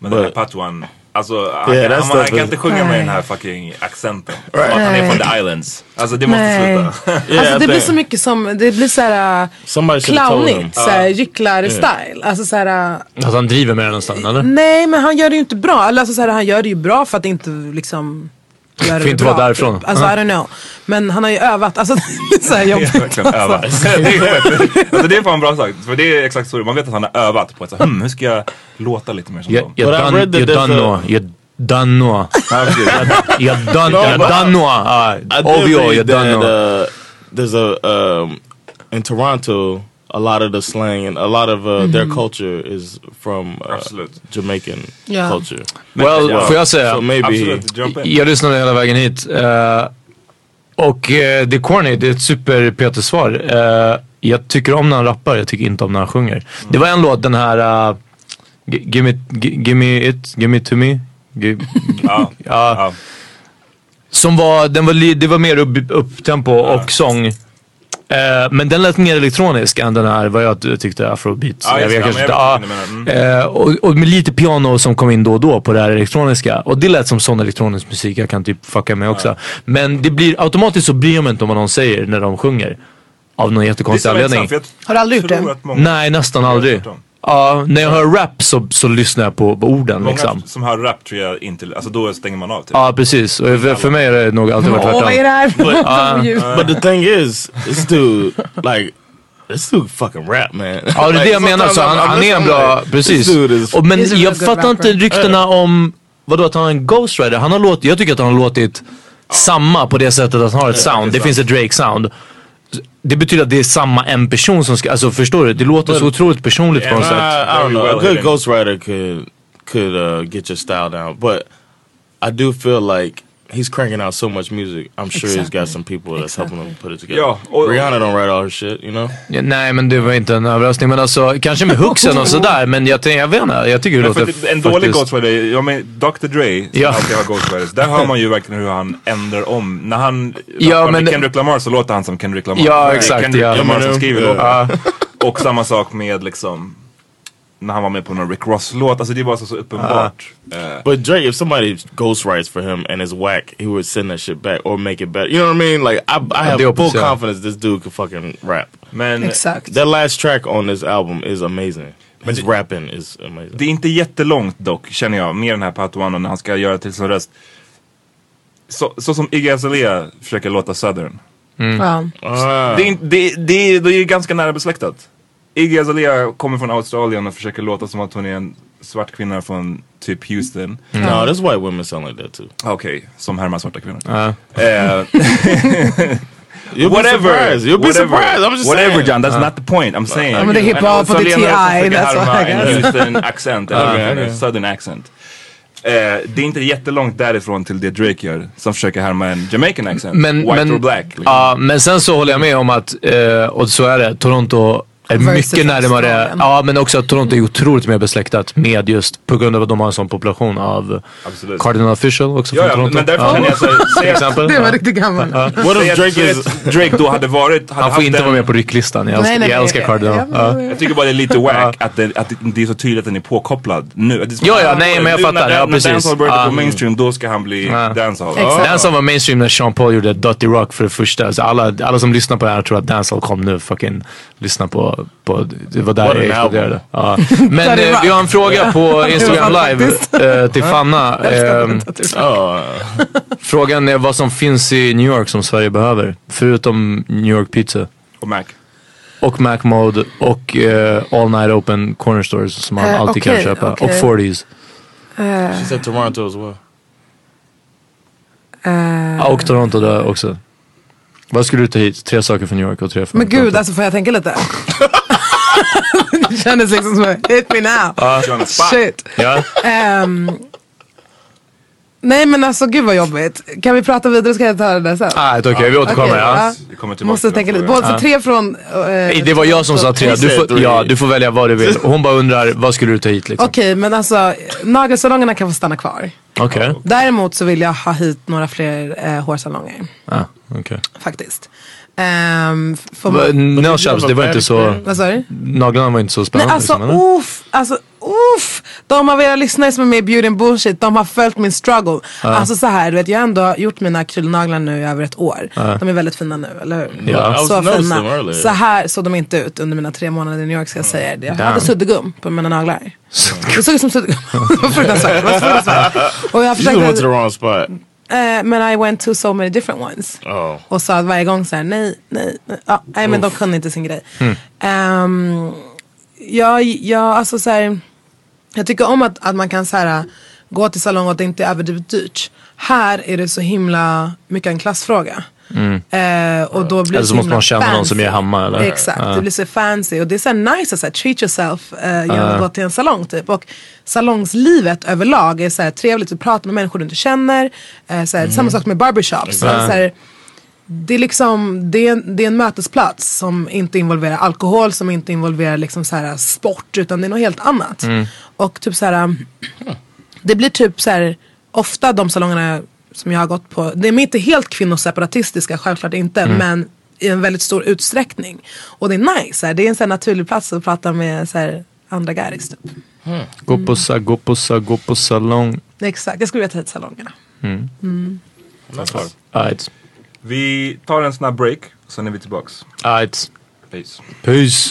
Speaker 1: Men den här
Speaker 5: But-
Speaker 1: Patuan, alltså
Speaker 5: Yeah,
Speaker 1: han,
Speaker 5: that's
Speaker 1: han, han
Speaker 5: the-
Speaker 1: kan inte sjunga med
Speaker 4: Nej.
Speaker 1: den här fucking accenten. Right. Att han är
Speaker 4: Nej.
Speaker 1: från the islands. Alltså det måste
Speaker 4: Nej.
Speaker 1: sluta.
Speaker 4: alltså
Speaker 5: I
Speaker 4: det blir
Speaker 5: think-
Speaker 4: så uh, mycket som, det blir såhär
Speaker 5: Somebody should have told him.
Speaker 4: clownigt, såhär gycklar-style. Alltså såhär, uh,
Speaker 2: Att han driver med den nästan eller?
Speaker 4: nej men han gör det ju inte bra. Eller Alltså såhär, han gör det ju bra för att inte liksom göra
Speaker 2: För
Speaker 4: det
Speaker 2: inte
Speaker 4: bra,
Speaker 2: vara därifrån.
Speaker 4: Typ. Alltså I don't know. Men han har ju övat, alltså det är såhär
Speaker 1: Det är
Speaker 4: jobbigt.
Speaker 1: verkligen övat.
Speaker 2: Alltså.
Speaker 1: Det är skönt. alltså det är fan bra sagt. För det är exakt så. Man vet att han har övat på att så, här, hmm, hur ska jag låta lite mer som
Speaker 2: Jag
Speaker 1: dem?
Speaker 5: But I
Speaker 2: jag
Speaker 5: read
Speaker 2: dan-
Speaker 5: that
Speaker 2: jag
Speaker 5: there's a-
Speaker 2: danno. Jag danno.
Speaker 1: Ja, precis.
Speaker 2: Jag dan-
Speaker 5: No,
Speaker 2: jag
Speaker 5: but-
Speaker 2: danno.
Speaker 5: I
Speaker 2: ah,
Speaker 5: did
Speaker 2: Ovio,
Speaker 5: read
Speaker 2: jag
Speaker 5: that,
Speaker 2: danno.
Speaker 5: uh, there's a um, in Toronto. A lot of the slang and a lot of uh, their culture is from uh,
Speaker 1: Absolut.
Speaker 5: Jamaican
Speaker 4: Yeah.
Speaker 5: culture.
Speaker 2: Well,
Speaker 5: Yeah.
Speaker 2: får jag säga?
Speaker 5: So maybe
Speaker 1: Absolut, jump in.
Speaker 2: Jag lyssnade hela vägen hit. eh, och eh, det är corny, det är ett super Peter svar. Eh, jag tycker om när han rappar, jag tycker inte om när han sjunger. Det var en låt, den här eh, gi- Give me, gi- give me it, give me to me. Give,
Speaker 1: Ja.
Speaker 2: ja,
Speaker 1: Ja.
Speaker 2: som var, den var, li- det var mer upp, upptempo och sång. Eh, men den lät mer elektronisk än den här, vad jag tyckte, afrobeat. jag
Speaker 1: Ja, just
Speaker 2: vet
Speaker 1: det.
Speaker 2: kanske
Speaker 1: Ja, men
Speaker 2: inte.
Speaker 1: jag vet vilken
Speaker 2: Ja, eh, och, och med lite piano som kom in då och då på det här elektroniska. Och det lät som sån elektronisk musik jag kan typ fucka med också. Men det blir, automatiskt så bryr jag mig inte om vad någon säger när de sjunger. Av någon
Speaker 1: Det är
Speaker 2: jättekonstig
Speaker 1: så
Speaker 2: anledning.
Speaker 1: intressant, för jag
Speaker 4: Har du aldrig gjort
Speaker 1: tror
Speaker 4: det?
Speaker 1: att många-
Speaker 2: Nej, nästan
Speaker 1: Jag har
Speaker 2: aldrig.
Speaker 1: gjort dem.
Speaker 2: Ja, när jag hör rap så, så lyssnar jag på, på orden
Speaker 1: Många
Speaker 2: liksom.
Speaker 1: som hör rap tror jag inte, alltså då stänger man av typ.
Speaker 2: Ja, precis. Och för, för mig har det nog alltid varit
Speaker 4: Åh vad är det
Speaker 2: tvärtom.
Speaker 4: här för ljud?
Speaker 5: But the thing is, this dude, like, this dude fucking rap, Oh, man.
Speaker 2: Ja det är det jag
Speaker 5: Like,
Speaker 2: menar, så han,
Speaker 5: sometimes I'm
Speaker 2: han är en bra,
Speaker 5: listening, like,
Speaker 2: precis.
Speaker 5: This dude is,
Speaker 2: Och, men
Speaker 4: He's a
Speaker 2: jag
Speaker 4: really good
Speaker 2: fattar inte
Speaker 4: rapper.
Speaker 2: ryktena om, vadå att han är en ghostwriter? Han har låtit, jag tycker att han har låtit samma på det sättet att han har ett sound. Det finns ett Drake-sound. Det betyder att det är samma en person som ska, alltså förstår du? Det låter så otroligt personligt på något
Speaker 5: Uh,
Speaker 2: sätt.
Speaker 5: I don't
Speaker 1: Very
Speaker 5: know.
Speaker 1: well
Speaker 5: A good
Speaker 1: hidden.
Speaker 5: ghostwriter could could uh, get your style down, but I do feel like he's cranking out so much music. I'm sure he's got some people that's helping him put it together.
Speaker 1: Yeah, or-
Speaker 5: Rihanna don't write all her shit, you know.
Speaker 2: Ja, nej men det var inte en överraskning. Men alltså kanske med hooksen och sådär. Men jag, tänker- jag vet inte, jag tycker det
Speaker 1: Men för
Speaker 2: låter
Speaker 1: att en dålig
Speaker 2: faktiskt-
Speaker 1: Ghostwriter, ja men Dr Dre, som
Speaker 2: Ja.
Speaker 1: alltid har Ghostwriters, där hör man ju verkligen hur han ändrar om. När han
Speaker 2: Ja,
Speaker 1: rappar med
Speaker 2: men-
Speaker 1: Kendrick Lamar så låter han som Kendrick Lamar.
Speaker 2: Ja,
Speaker 1: Det är
Speaker 2: exakt,
Speaker 1: Kendrick
Speaker 2: ja.
Speaker 1: Lamar
Speaker 5: Eminem,
Speaker 1: som skriver
Speaker 5: ja.
Speaker 1: låtarna. Och samma sak med liksom, när han var med på någon Rick Ross-låt. Alltså det är bara så, så uppenbart. Eh,
Speaker 5: But Drake, if somebody ghostwrites for him and it's whack, he would send that shit back or make it better. You know what I mean? Like I, I have
Speaker 2: do
Speaker 5: full
Speaker 2: appreciate it.
Speaker 5: confidence this dude could fucking rap.
Speaker 1: men
Speaker 4: Exakt.
Speaker 5: That last track on this album is amazing. His
Speaker 1: det-
Speaker 5: rapping is amazing.
Speaker 1: det är inte jättelångt dock, känner jag, med den här Patuan och när han ska göra till sin röst. Så, så som Iggy Azalea försöker låta Southern.
Speaker 2: Mm.
Speaker 4: Ja.
Speaker 5: Ah.
Speaker 1: Det är, inte- det, det, är- det är ju ganska nära besläktat. Iggy Azalea kommer från Australien och försöker låta som att hon är en svart kvinna från typ
Speaker 5: Mm.
Speaker 1: Houston.
Speaker 5: no, that's white women sound like that too.
Speaker 1: Okej, som härmar svarta kvinnor.
Speaker 2: Ja.
Speaker 1: Eh,
Speaker 5: You'll
Speaker 1: whatever.
Speaker 5: be surprised. You'll be
Speaker 1: whatever.
Speaker 5: surprised. I'm just
Speaker 1: whatever
Speaker 5: saying.
Speaker 1: John, that's not the point. I'm saying.
Speaker 4: men det är
Speaker 1: En
Speaker 4: hiphop och det är
Speaker 1: australienare
Speaker 4: TI,
Speaker 1: som
Speaker 4: that's
Speaker 1: försöker
Speaker 4: what I
Speaker 1: härma en Houston accent eller
Speaker 5: Okay,
Speaker 1: en
Speaker 5: okay.
Speaker 1: southern accent. Eh, det är inte jättelångt därifrån till det Drake gör som försöker härma en Jamaican accent.
Speaker 2: Men,
Speaker 1: white
Speaker 2: men,
Speaker 5: Ah.
Speaker 1: or black. liksom.
Speaker 2: Ja, men sen så håller jag med om att, eh, och så är det, Toronto Är
Speaker 4: Versus
Speaker 2: mycket närmare.
Speaker 4: Australien.
Speaker 2: Ja, men också att Toronto är otroligt mer besläktat med just på grund av att de har en sån population av
Speaker 1: Absolut.
Speaker 2: Cardinal Official också
Speaker 1: Ja,
Speaker 2: från
Speaker 1: ja,
Speaker 2: Toronto.
Speaker 1: men därför kan jag säga-
Speaker 2: Till
Speaker 1: säga-
Speaker 2: exempel.
Speaker 4: Det var
Speaker 2: Ja.
Speaker 4: riktigt gammal.
Speaker 5: What
Speaker 1: Säg
Speaker 5: if
Speaker 1: att
Speaker 5: Drake
Speaker 1: Drake,
Speaker 5: is
Speaker 1: Drake då hade varit... Hade
Speaker 2: Han får
Speaker 1: haft
Speaker 2: inte
Speaker 1: en-
Speaker 2: vara med på rycklistan. Jag,
Speaker 4: Nej, nej,
Speaker 2: jag
Speaker 4: nej,
Speaker 2: älskar
Speaker 4: jag-
Speaker 2: Cardinal.
Speaker 4: jag-
Speaker 2: Ja.
Speaker 1: Jag tycker bara det är lite wack att, det, att det, det är så tydligt att den är påkopplad nu. Att det är så-
Speaker 2: Ja, ja, nej, men jag
Speaker 1: Nu
Speaker 2: fattar.
Speaker 1: När,
Speaker 2: Ja,
Speaker 1: när
Speaker 2: precis.
Speaker 1: dancehall började
Speaker 2: Ah.
Speaker 1: på mainstream, då ska han bli
Speaker 2: Ja.
Speaker 1: dancehall.
Speaker 4: Exakt.
Speaker 2: Dancehall var mainstream när Sean Paul gjorde Dirty Rock för det första. Så alla, alla som lyssnar på det här tror att Dancehall kom nu. Fucking lyssna på... på det var där
Speaker 5: What
Speaker 2: det
Speaker 5: an
Speaker 2: exploderade.
Speaker 5: album.
Speaker 2: Ja. Men
Speaker 4: Dirty
Speaker 2: eh, vi har en fråga på Instagram
Speaker 4: Ja,
Speaker 2: live eh, till Fanna. Ehm,
Speaker 5: Oh,
Speaker 2: frågan är vad som finns i New York som Sverige behöver. Förutom New York pizza.
Speaker 1: Och Mac.
Speaker 2: Och Mac Mode och eh, All Night Open Corner Stores som man
Speaker 4: Eh,
Speaker 2: alltid kan
Speaker 4: okej,
Speaker 2: köpa.
Speaker 4: okej.
Speaker 2: Och 40s.
Speaker 5: she said Toronto as well.
Speaker 4: Eh.
Speaker 2: Ja, och Toronto där också. Vad skulle du ta hit? Tre saker från New York och tre från
Speaker 4: Men gud,
Speaker 2: Toronto.
Speaker 4: alltså får jag tänka lite? det kändes liksom som hit me now.
Speaker 1: Jonas
Speaker 4: Shit.
Speaker 2: Ja.
Speaker 4: Ehm, nej men alltså gud vad jobbigt. Kan vi prata vidare ska jag ta det där sen?
Speaker 2: Ah, okej, vi återkommer.
Speaker 4: Okej,
Speaker 2: ja.
Speaker 4: ja.
Speaker 1: Jag kommer tillbaka
Speaker 4: Måste
Speaker 1: till den
Speaker 4: tänka lite.
Speaker 1: frågan.
Speaker 4: Både så tre från... eh,
Speaker 2: Nej, Det var jag som sa tre. Du får, ja, du får välja vad du vill. Hon bara undrar, vad skulle du ta hit liksom?
Speaker 4: Okej men alltså nagelsalongerna kan få stanna kvar.
Speaker 2: Okej.
Speaker 4: Däremot så vill jag ha hit några fler eh, hårsalonger.
Speaker 2: Ah, okej.
Speaker 4: Faktiskt. Ehm, f- får
Speaker 2: Va-
Speaker 4: man...
Speaker 2: No shops, det var inte så...
Speaker 4: Vad sa du?
Speaker 2: Naglarna var inte så
Speaker 4: Nej
Speaker 2: spännande.
Speaker 4: alltså
Speaker 2: liksom, eller?
Speaker 4: uff, alltså uff. De av era lyssnare som är med i Beauty and Bullshit, de har följt min struggle. Alltså så här, du vet jag har ändå gjort mina kryllnaglar nu i över ett år. De är väldigt fina nu, eller hur?
Speaker 2: Ja. I
Speaker 4: Så
Speaker 5: was noticing
Speaker 4: fina.
Speaker 5: earlier.
Speaker 4: Så här såg de inte ut under mina tre månader i New York ska jag säga er. Jag
Speaker 2: Damn.
Speaker 4: hade suddgum på mina naglar. Det såg ut som suddgum. Det var fruktansvärt. Det var fruktansvärt. Och jag
Speaker 5: You just went to
Speaker 4: försökte,
Speaker 5: the wrong spot.
Speaker 4: eh, men I went to so many different ones.
Speaker 5: Oh.
Speaker 4: Och sa varje gång så här, nej, nej, nej, ja, nej men de kunde inte sin grej.
Speaker 2: Mm.
Speaker 4: Ehm, jag, jag, alltså så här, jag tycker om att, att man kan så här, gå till salong och att det inte är överdrivet dyrt. Här är det så himla mycket en klassfråga. Eh, och då
Speaker 2: Mm.
Speaker 4: blir
Speaker 2: Eller
Speaker 4: det
Speaker 2: så
Speaker 4: himla
Speaker 2: måste man känna
Speaker 4: fancy.
Speaker 2: någon som är hemma, eller?
Speaker 4: Exakt,
Speaker 2: Ja.
Speaker 4: det blir så fancy och det är så här nice att så här, treat yourself eh, genom att gå till en salong typ. Och salongslivet överlag är så här trevligt att prata med människor du inte känner. Eh, så här, Samma sak med barbershops. Så här, det är liksom, det är, en- det är en mötesplats som inte involverar alkohol, som inte involverar liksom så här sport, utan det är något helt annat. Och typ så här, det blir typ så här, ofta de salongerna som jag har gått på, de är inte helt kvinnoseparatistiska, självklart inte,
Speaker 2: Mm.
Speaker 4: men i en väldigt stor utsträckning. Och det är nice, så här, det är en så här naturlig plats att prata med så här, andra gäris typ.
Speaker 2: Gå på sa, gå på sa, gå på salong.
Speaker 4: Exakt, jag skulle vilja ta hit salongerna.
Speaker 2: Alright.
Speaker 1: Vi tar en snabb break, sen är vi tillbaks.
Speaker 2: Alright.
Speaker 1: Peace.
Speaker 2: Peace.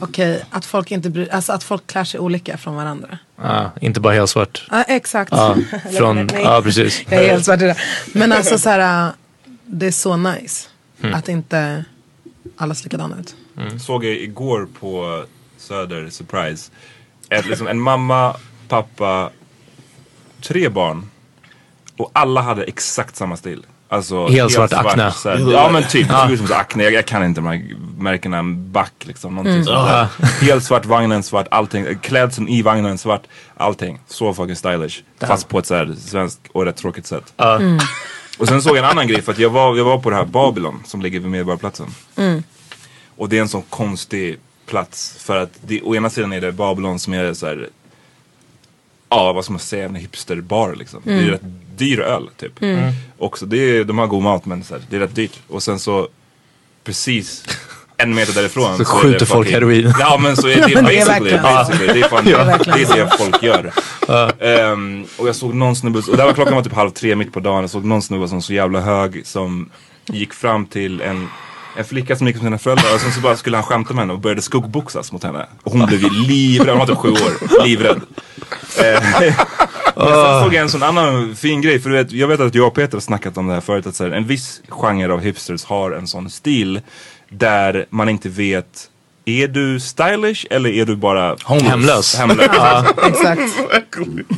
Speaker 4: Okej, att folk inte bryr, alltså att folk klär sig olika från varandra.
Speaker 2: Ah, inte bara helt svart.
Speaker 4: Ja, exakt.
Speaker 2: Ja,
Speaker 4: Eller,
Speaker 2: från,
Speaker 4: nej,
Speaker 2: ja precis.
Speaker 4: Jag är helt svart i det. Men alltså så här, äh, det är så nice
Speaker 2: Mm.
Speaker 4: att inte alla ser likadana ut.
Speaker 1: Såg jag igår på Söder, surprise. Ett, liksom, en mamma, pappa, tre barn. Och alla hade exakt samma stil. Alltså,
Speaker 2: Helt svart akne.
Speaker 1: så här. Ja men typ, det såg ut som så här akne. Jag, jag kan inte de här märkena. Back liksom. Någonting sånt där. Helt svart, vagnen svart, allting. Klädseln i vagnen svart. Allting. Så fucking stylish. Fast på ett så här svenskt och rätt tråkigt sätt. Och sen såg jag en annan grej. För att jag var, jag var på det här Babylon som ligger vid Medborgarplatsen. Och det är en sån konstig plats. För att det, å ena sidan är det Babylon som är så här. Ja vad ska man säga, en hipsterbar liksom. Det är rätt dyr öl typ. Också, det är, de har god mat men så här, det är rätt dyrt. Och sen så precis en meter därifrån.
Speaker 2: Så
Speaker 1: är
Speaker 2: skjuter
Speaker 1: det
Speaker 2: folk
Speaker 1: fucking-
Speaker 2: heroin.
Speaker 1: Ja men så är det,
Speaker 4: men det är
Speaker 1: ja, basically,
Speaker 4: verkligen-
Speaker 1: basically, det är fan,
Speaker 4: Ja.
Speaker 1: det är det folk gör. Ehm, och jag såg någon snubbe, och där var klockan var typ halv tre mitt på dagen, jag såg någon snubbe som var så jävla hög som gick fram till en en flicka som gick med sina föräldrar och sen så bara skulle han skämta med henne och började skuggboxas mot henne. Och hon blev ju livrädd, hon var typ sju år, livrädd. Men sen såg Eh, jag en sån annan fin grej, för du vet, jag vet att jag och Peter har snackat om det här förut, att så här, en viss genre av hipsters har en sån stil där man inte vet, är du stylish eller är du bara homeless?
Speaker 2: Hemlös.
Speaker 1: Hemlös.
Speaker 4: Exakt.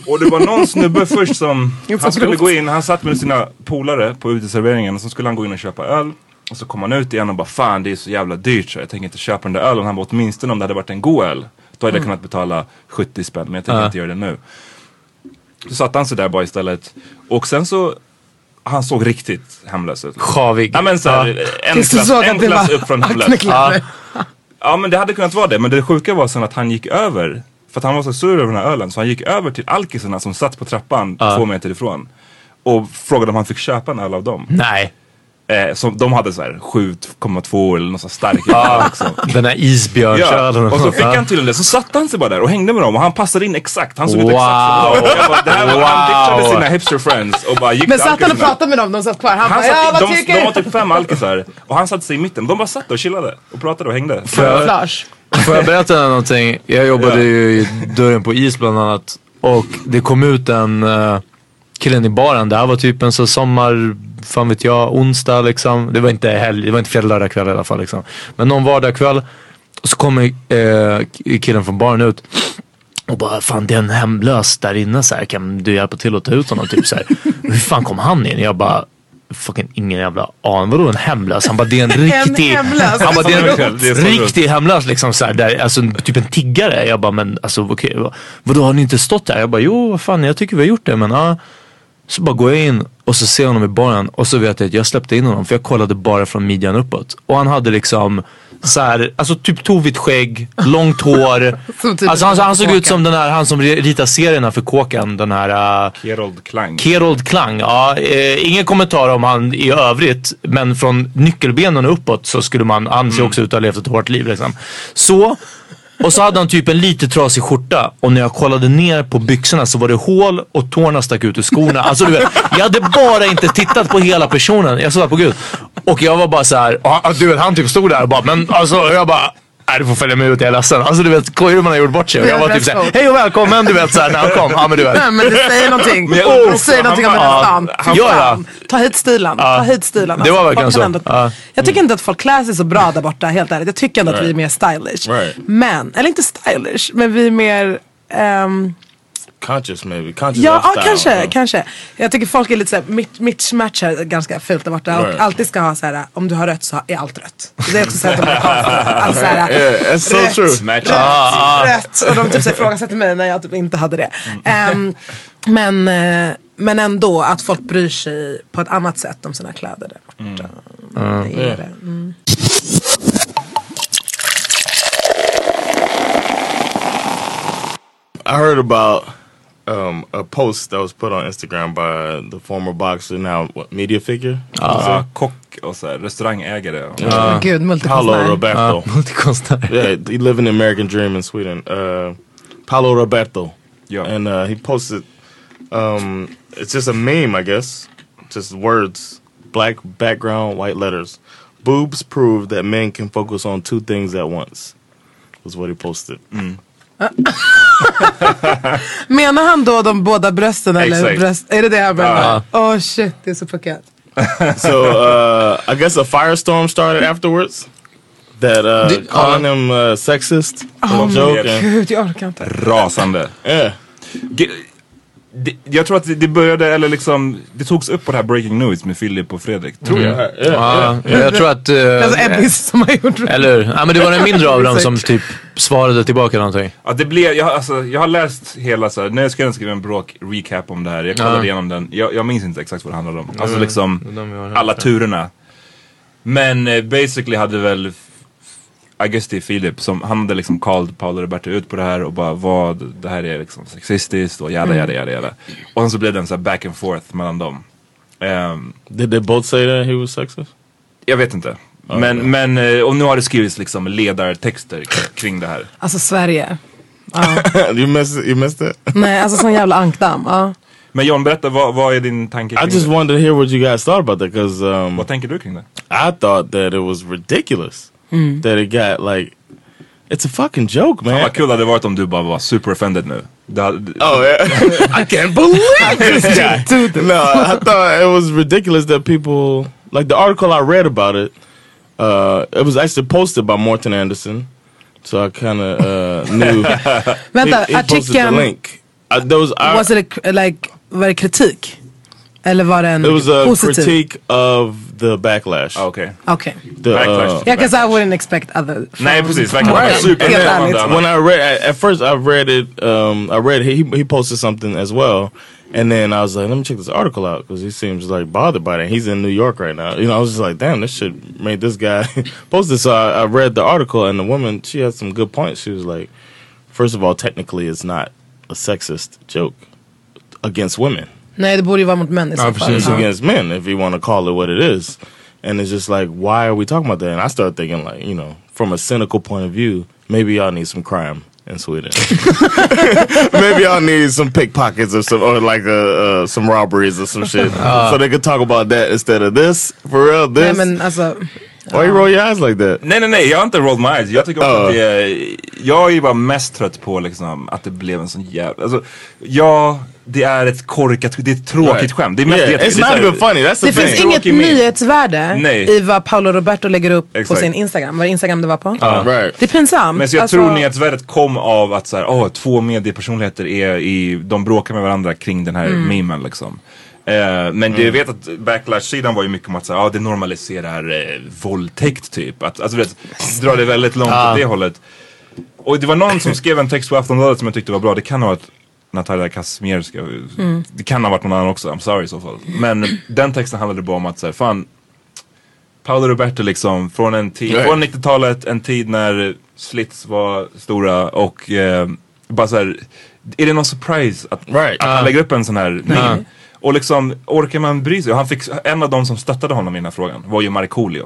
Speaker 1: Och det var någon snubbe först som,
Speaker 4: Jo,
Speaker 1: han skulle
Speaker 4: förlåt.
Speaker 1: gå in, han satt med sina polare på uteserveringen och så skulle han gå in och köpa öl. Och så kom han ut igen och bara fan det är så jävla dyrt så jag tänker inte köpa den där ölen. Han bara åtminstone om det hade varit en god öl. Då hade jag kunnat betala 70 spänn men jag tänker
Speaker 2: Ja.
Speaker 1: inte göra det nu. Så satt han sig där bara istället. Och sen så, han såg riktigt hemlös ut.
Speaker 2: Sjavig. Ah.
Speaker 1: Ja men såhär, en
Speaker 4: Tills du
Speaker 1: klass,
Speaker 4: såg
Speaker 1: en
Speaker 4: att det
Speaker 1: klass
Speaker 4: var
Speaker 1: upp från hemlös.
Speaker 4: aknekläder.
Speaker 1: Ja men det hade kunnat vara det, men det sjuka var sen att han gick över. För att han var så sur över den här ölen så han gick över till alkisarna som satt på trappan två meter ifrån. Och frågade om han fick köpa en öl av dem.
Speaker 2: Nej.
Speaker 1: Eh, som, de hade så här 7,2 eller något så här starkt. öl också.
Speaker 2: Den här isbjörnsölen.
Speaker 1: Ja, och så fick
Speaker 2: Ah.
Speaker 1: han till det, så satte han sig bara där och hängde med dem och han passade in exakt. Han såg ut exakt som dem. Och jag bara, det här var, Han
Speaker 2: Wow.
Speaker 1: ditchade sina hipster friends och bara gick till
Speaker 4: Men satt han och
Speaker 1: alkisarna.
Speaker 4: pratade med dem, de satt kvar. Han,
Speaker 1: Han
Speaker 4: bara, ja
Speaker 1: satt,
Speaker 4: vad
Speaker 1: de, de var
Speaker 4: tycker du?
Speaker 1: typ fem alkisar och han satte sig i mitten. De bara satt och chillade och pratade och hängde.
Speaker 4: Flash.
Speaker 2: Får jag berätta någonting? Jag jobbade
Speaker 1: Ja.
Speaker 2: ju i dörren på is bland annat. Och det kom ut en uh, killen i baren. Det här var typ en så sommar, fan vet jag, onsdag liksom. Det var inte helg, det var inte fredag, lördag kväll i alla fall liksom. Men någon vardagskväll. Och så kommer eh, killen från baren ut. Och bara, fan det är en hemlös där inne så här. Kan du hjälpa till att ta ut honom? Typ så här. Hur fan kom han in? Jag bara, fucking ingen jävla aning. Vadå en hemlös? Han bara, det är en riktig...
Speaker 4: hemlös.
Speaker 2: Han bara, det
Speaker 1: Det är
Speaker 2: är
Speaker 1: så
Speaker 2: en
Speaker 1: roligt. Det är så roligt.
Speaker 2: riktig hemlös liksom så här, där, alltså typ en tiggare. Jag bara, men alltså okej, vad- vadå har ni inte stått där? Jag bara, jo vad fan jag tycker vi har gjort det men ja. Så bara går jag in och så ser jag honom i baren och så vet jag att jag släppte in honom för jag kollade bara från midjan uppåt. Och han hade liksom så här, alltså typ tovigt skägg, långt hår.
Speaker 4: Som typ
Speaker 2: alltså han, han såg ut
Speaker 4: Kåkan.
Speaker 2: som den här, han som ritar serierna för Kåkan, den här äh,
Speaker 1: Gerold Klang.
Speaker 2: Kerold Klang, ja, eh, ingen kommentar om han i övrigt. Men från nyckelbenen och uppåt så skulle man, han ser också ut att ha levt ett hårt liv liksom. Så, och så hade han typ en lite trasig skjorta. Och när jag kollade ner på byxorna så var det hål och tårna stack ut ur skorna. Alltså du vet, jag hade bara inte tittat på hela personen. Jag såg där på gud. Och jag var bara så här, och han- du vet han typ stod där och bara, men alltså jag bara Nej du får följa med ut, jag är ledsen. Alltså du vet, kojar hur man har gjort bort sig. Och jag var typ såhär, hej och välkommen du vet såhär när han kom. Ja men du vet.
Speaker 4: Nej men det säger någonting.
Speaker 1: Men jag undrar
Speaker 4: det
Speaker 1: också,
Speaker 4: säger någonting om
Speaker 1: han
Speaker 4: den här
Speaker 1: bara-
Speaker 4: stan.
Speaker 1: han-
Speaker 2: Ja, ja.
Speaker 4: Fan, Ta hit stilen. Ta hit stilen. Alltså,
Speaker 2: Det var
Speaker 4: Folk
Speaker 2: verkligen
Speaker 4: kan
Speaker 2: så.
Speaker 4: ändå-
Speaker 2: Ja.
Speaker 4: Jag
Speaker 1: Mm.
Speaker 4: tycker inte att folk klär sig så bra där borta helt ärligt. Jag tycker ändå att vi är mer stylish.
Speaker 5: Right.
Speaker 4: Men, eller inte stylish, men vi är mer ehm,
Speaker 5: Conscious maybe. Conscious
Speaker 4: Ja,
Speaker 5: of
Speaker 4: ja
Speaker 5: style.
Speaker 4: kanske,
Speaker 5: Yeah.
Speaker 4: kanske. Jag tycker folk är lite såhär, mitt, mitt match är ganska fult där borta.
Speaker 5: Right.
Speaker 4: Och alltid ska ha såhär, om du har rött så är allt rött. Det är också såhär att de är konstiga. Alltså såhär,
Speaker 5: Yeah, that's so
Speaker 4: Rätt.
Speaker 5: true.
Speaker 1: Match.
Speaker 5: Ah,
Speaker 4: rött. Och de typ så här ifrågasätter mig när jag typ inte hade det. Ehm, men, eh, men ändå att folk bryr sig på ett annat sätt om sina kläder där borta. Det är det. Mm.
Speaker 5: I heard about um, a post that was put on Instagram by the former boxer, now what, media figure,
Speaker 1: Alltså, kock och så här, restaurangägare. Och,
Speaker 5: Ah.
Speaker 4: Men Gud,
Speaker 5: Paolo
Speaker 4: multikonstnär.
Speaker 5: Roberto.
Speaker 2: Multikonstnär.
Speaker 5: yeah, he lived in the American dream in Sweden. Uh, Paolo Roberto.
Speaker 1: Yeah.
Speaker 5: And uh, he posted, um, it's just a meme, I guess. Just words, black background, white letters. Boobs prove that men can focus on two things at once was what he posted.
Speaker 4: Menar han då de båda brösten eller
Speaker 1: Exakt.
Speaker 4: bröst? Är det det han
Speaker 5: Ah.
Speaker 4: menar? Åh oh shit, det är så puckat.
Speaker 5: so uh, I guess a firestorm started afterwards. That uh,
Speaker 2: Did-
Speaker 5: calling him uh, sexist oh joke. And,
Speaker 4: Gud, jag orkar inte.
Speaker 1: Rasande.
Speaker 5: yeah,
Speaker 1: Ge- det, jag tror att det- det började, eller liksom, det togs upp på det här breaking news med Filip och Fredrik. Tror jag.
Speaker 2: Ja, jag tror att... eh,
Speaker 4: Alltså Ebbis som har gjort det.
Speaker 2: Eller hur? Ja, men det var den mindre av dem som typ svarade tillbaka någonting.
Speaker 1: Ja, det blev, jag, har- alltså, jag har läst hela så här, när jag skrev, skrev en bråk recap om det här. Jag kollade
Speaker 2: Ja.
Speaker 1: igenom den. Jag, jag minns inte exakt vad det handlade om. Alltså
Speaker 2: men
Speaker 1: liksom
Speaker 2: det är de jag har hört,
Speaker 1: alla
Speaker 2: ja.
Speaker 1: turerna. Men eh, basically hade väl Augusti Filip, som, han hade liksom called Paolo Roberto ut på det här och bara vad, det här är liksom sexistiskt och jada jada jada jada.
Speaker 2: Mm.
Speaker 1: Och sen så blev det en så här back and forth mellan dem. Ehm,
Speaker 5: did they both say that he was sexist?
Speaker 1: jag vet inte. Men, men, eh, och nu har det skrivits liksom ledartexter k- kring det här.
Speaker 4: Alltså Sverige.
Speaker 5: you missed you missed it.
Speaker 4: Nej, alltså sån jävla ankdamm. Ja.
Speaker 1: Men John, berätta, vad, vad är din tanke
Speaker 5: I
Speaker 1: kring
Speaker 2: Alltså,
Speaker 5: just
Speaker 1: det?
Speaker 5: wanted to hear what you guys thought about that because um,
Speaker 1: Vad tänker du kring det?
Speaker 5: I thought that it was ridiculous
Speaker 4: Hmm.
Speaker 5: that it got like it's a fucking joke,
Speaker 1: Fan
Speaker 5: man.
Speaker 1: vad kul det hade varit om du bara var super offended nu. Det hade,
Speaker 5: Oh, yeah. I can't believe this guy. no, I thought it was ridiculous that people like the article I read about it. Uh, it was actually posted by Morton Anderson, so I kind of uh, knew.
Speaker 4: Vänta,
Speaker 5: he, he posted the
Speaker 4: artikeln.
Speaker 5: link. Uh, there was, I,
Speaker 4: Was it a, like, var det kritik? Eller var det en
Speaker 5: it was a
Speaker 4: positiv?
Speaker 5: critique of the backlash.
Speaker 1: Ah, Okej.
Speaker 4: Okej.
Speaker 5: The, uh,
Speaker 1: Backlash.
Speaker 4: Yeah, because I wouldn't expect other.
Speaker 1: Nej precis, verkligen.
Speaker 4: Right.
Speaker 1: Super
Speaker 4: Helt
Speaker 1: offended.
Speaker 4: ärligt.
Speaker 5: when I read at- at first I read it um I read he he posted something as well and then I was like let me check this article out because he seems like bothered by it he's in New York right now you know I was just like damn this shit made this guy post this so I, I read the article and the woman she had some good points she was like first of all technically it's not a sexist joke against women
Speaker 4: Nej, det borde ju vara mot män i så
Speaker 2: precis.
Speaker 4: fall.
Speaker 5: it's against men if you want to call it what it is and it's just like why are we talking about that and i started thinking like you know from a cynical point of view maybe y'all need some crime in sweden maybe y'all need some pickpockets or some or like uh, uh, some robberies or some shit so they could talk about that instead of this for real
Speaker 4: Nej
Speaker 5: this
Speaker 4: men alltså,
Speaker 5: why you roll your eyes like that
Speaker 1: Nej nej nej, jag har inte rolled my eyes. Jag tycker också
Speaker 5: Ah.
Speaker 1: att det är, jag är ju bara mest trött på liksom att det blev en sån jävla, alltså ja, det är ett korkat, det är ett tråkigt
Speaker 5: Right.
Speaker 1: skämt. Det är mest
Speaker 5: yeah,
Speaker 1: det-
Speaker 5: it's
Speaker 1: det är så
Speaker 5: not
Speaker 1: här-
Speaker 5: even funny that's the
Speaker 4: det finns
Speaker 5: thing
Speaker 4: inget
Speaker 1: Tråkig min.
Speaker 4: nyhetsvärde
Speaker 1: Nej.
Speaker 4: i vad Paolo Roberto lägger upp
Speaker 1: Exakt.
Speaker 4: på sin Instagram. Var det Instagram det var på?
Speaker 5: right
Speaker 4: Det är pinsamt.
Speaker 1: Men så jag
Speaker 4: Alltså,
Speaker 1: tror nyhetsvärdet kom av att så här, åh, två mediepersonligheter är i, de bråkar med varandra kring den här memen liksom. Eh, men det, jag vet att backlash-sidan var ju mycket om att så här, ah, det normaliserar eh, våldtäkt typ. Att, alltså du vet, dra det väldigt långt åt det hållet. Och det var någon som skrev en text på Aftonbladet som jag tyckte var bra. Det kan ha varit Natalia Kazmierska. Det kan ha varit någon annan också. I'm sorry i så fall. Men den texten handlade bara om att så här, fan Paolo Roberto liksom från en tid,
Speaker 5: Right.
Speaker 1: från 90-talet, en tid när slits var stora och eh, bara så här, är det någon surprise att,
Speaker 5: Right. Ah.
Speaker 1: att han lägger upp en sån här meme? Och liksom, orkar man bry sig? Och han fick, en av de som stöttade honom i den här frågan var ju Markoolio.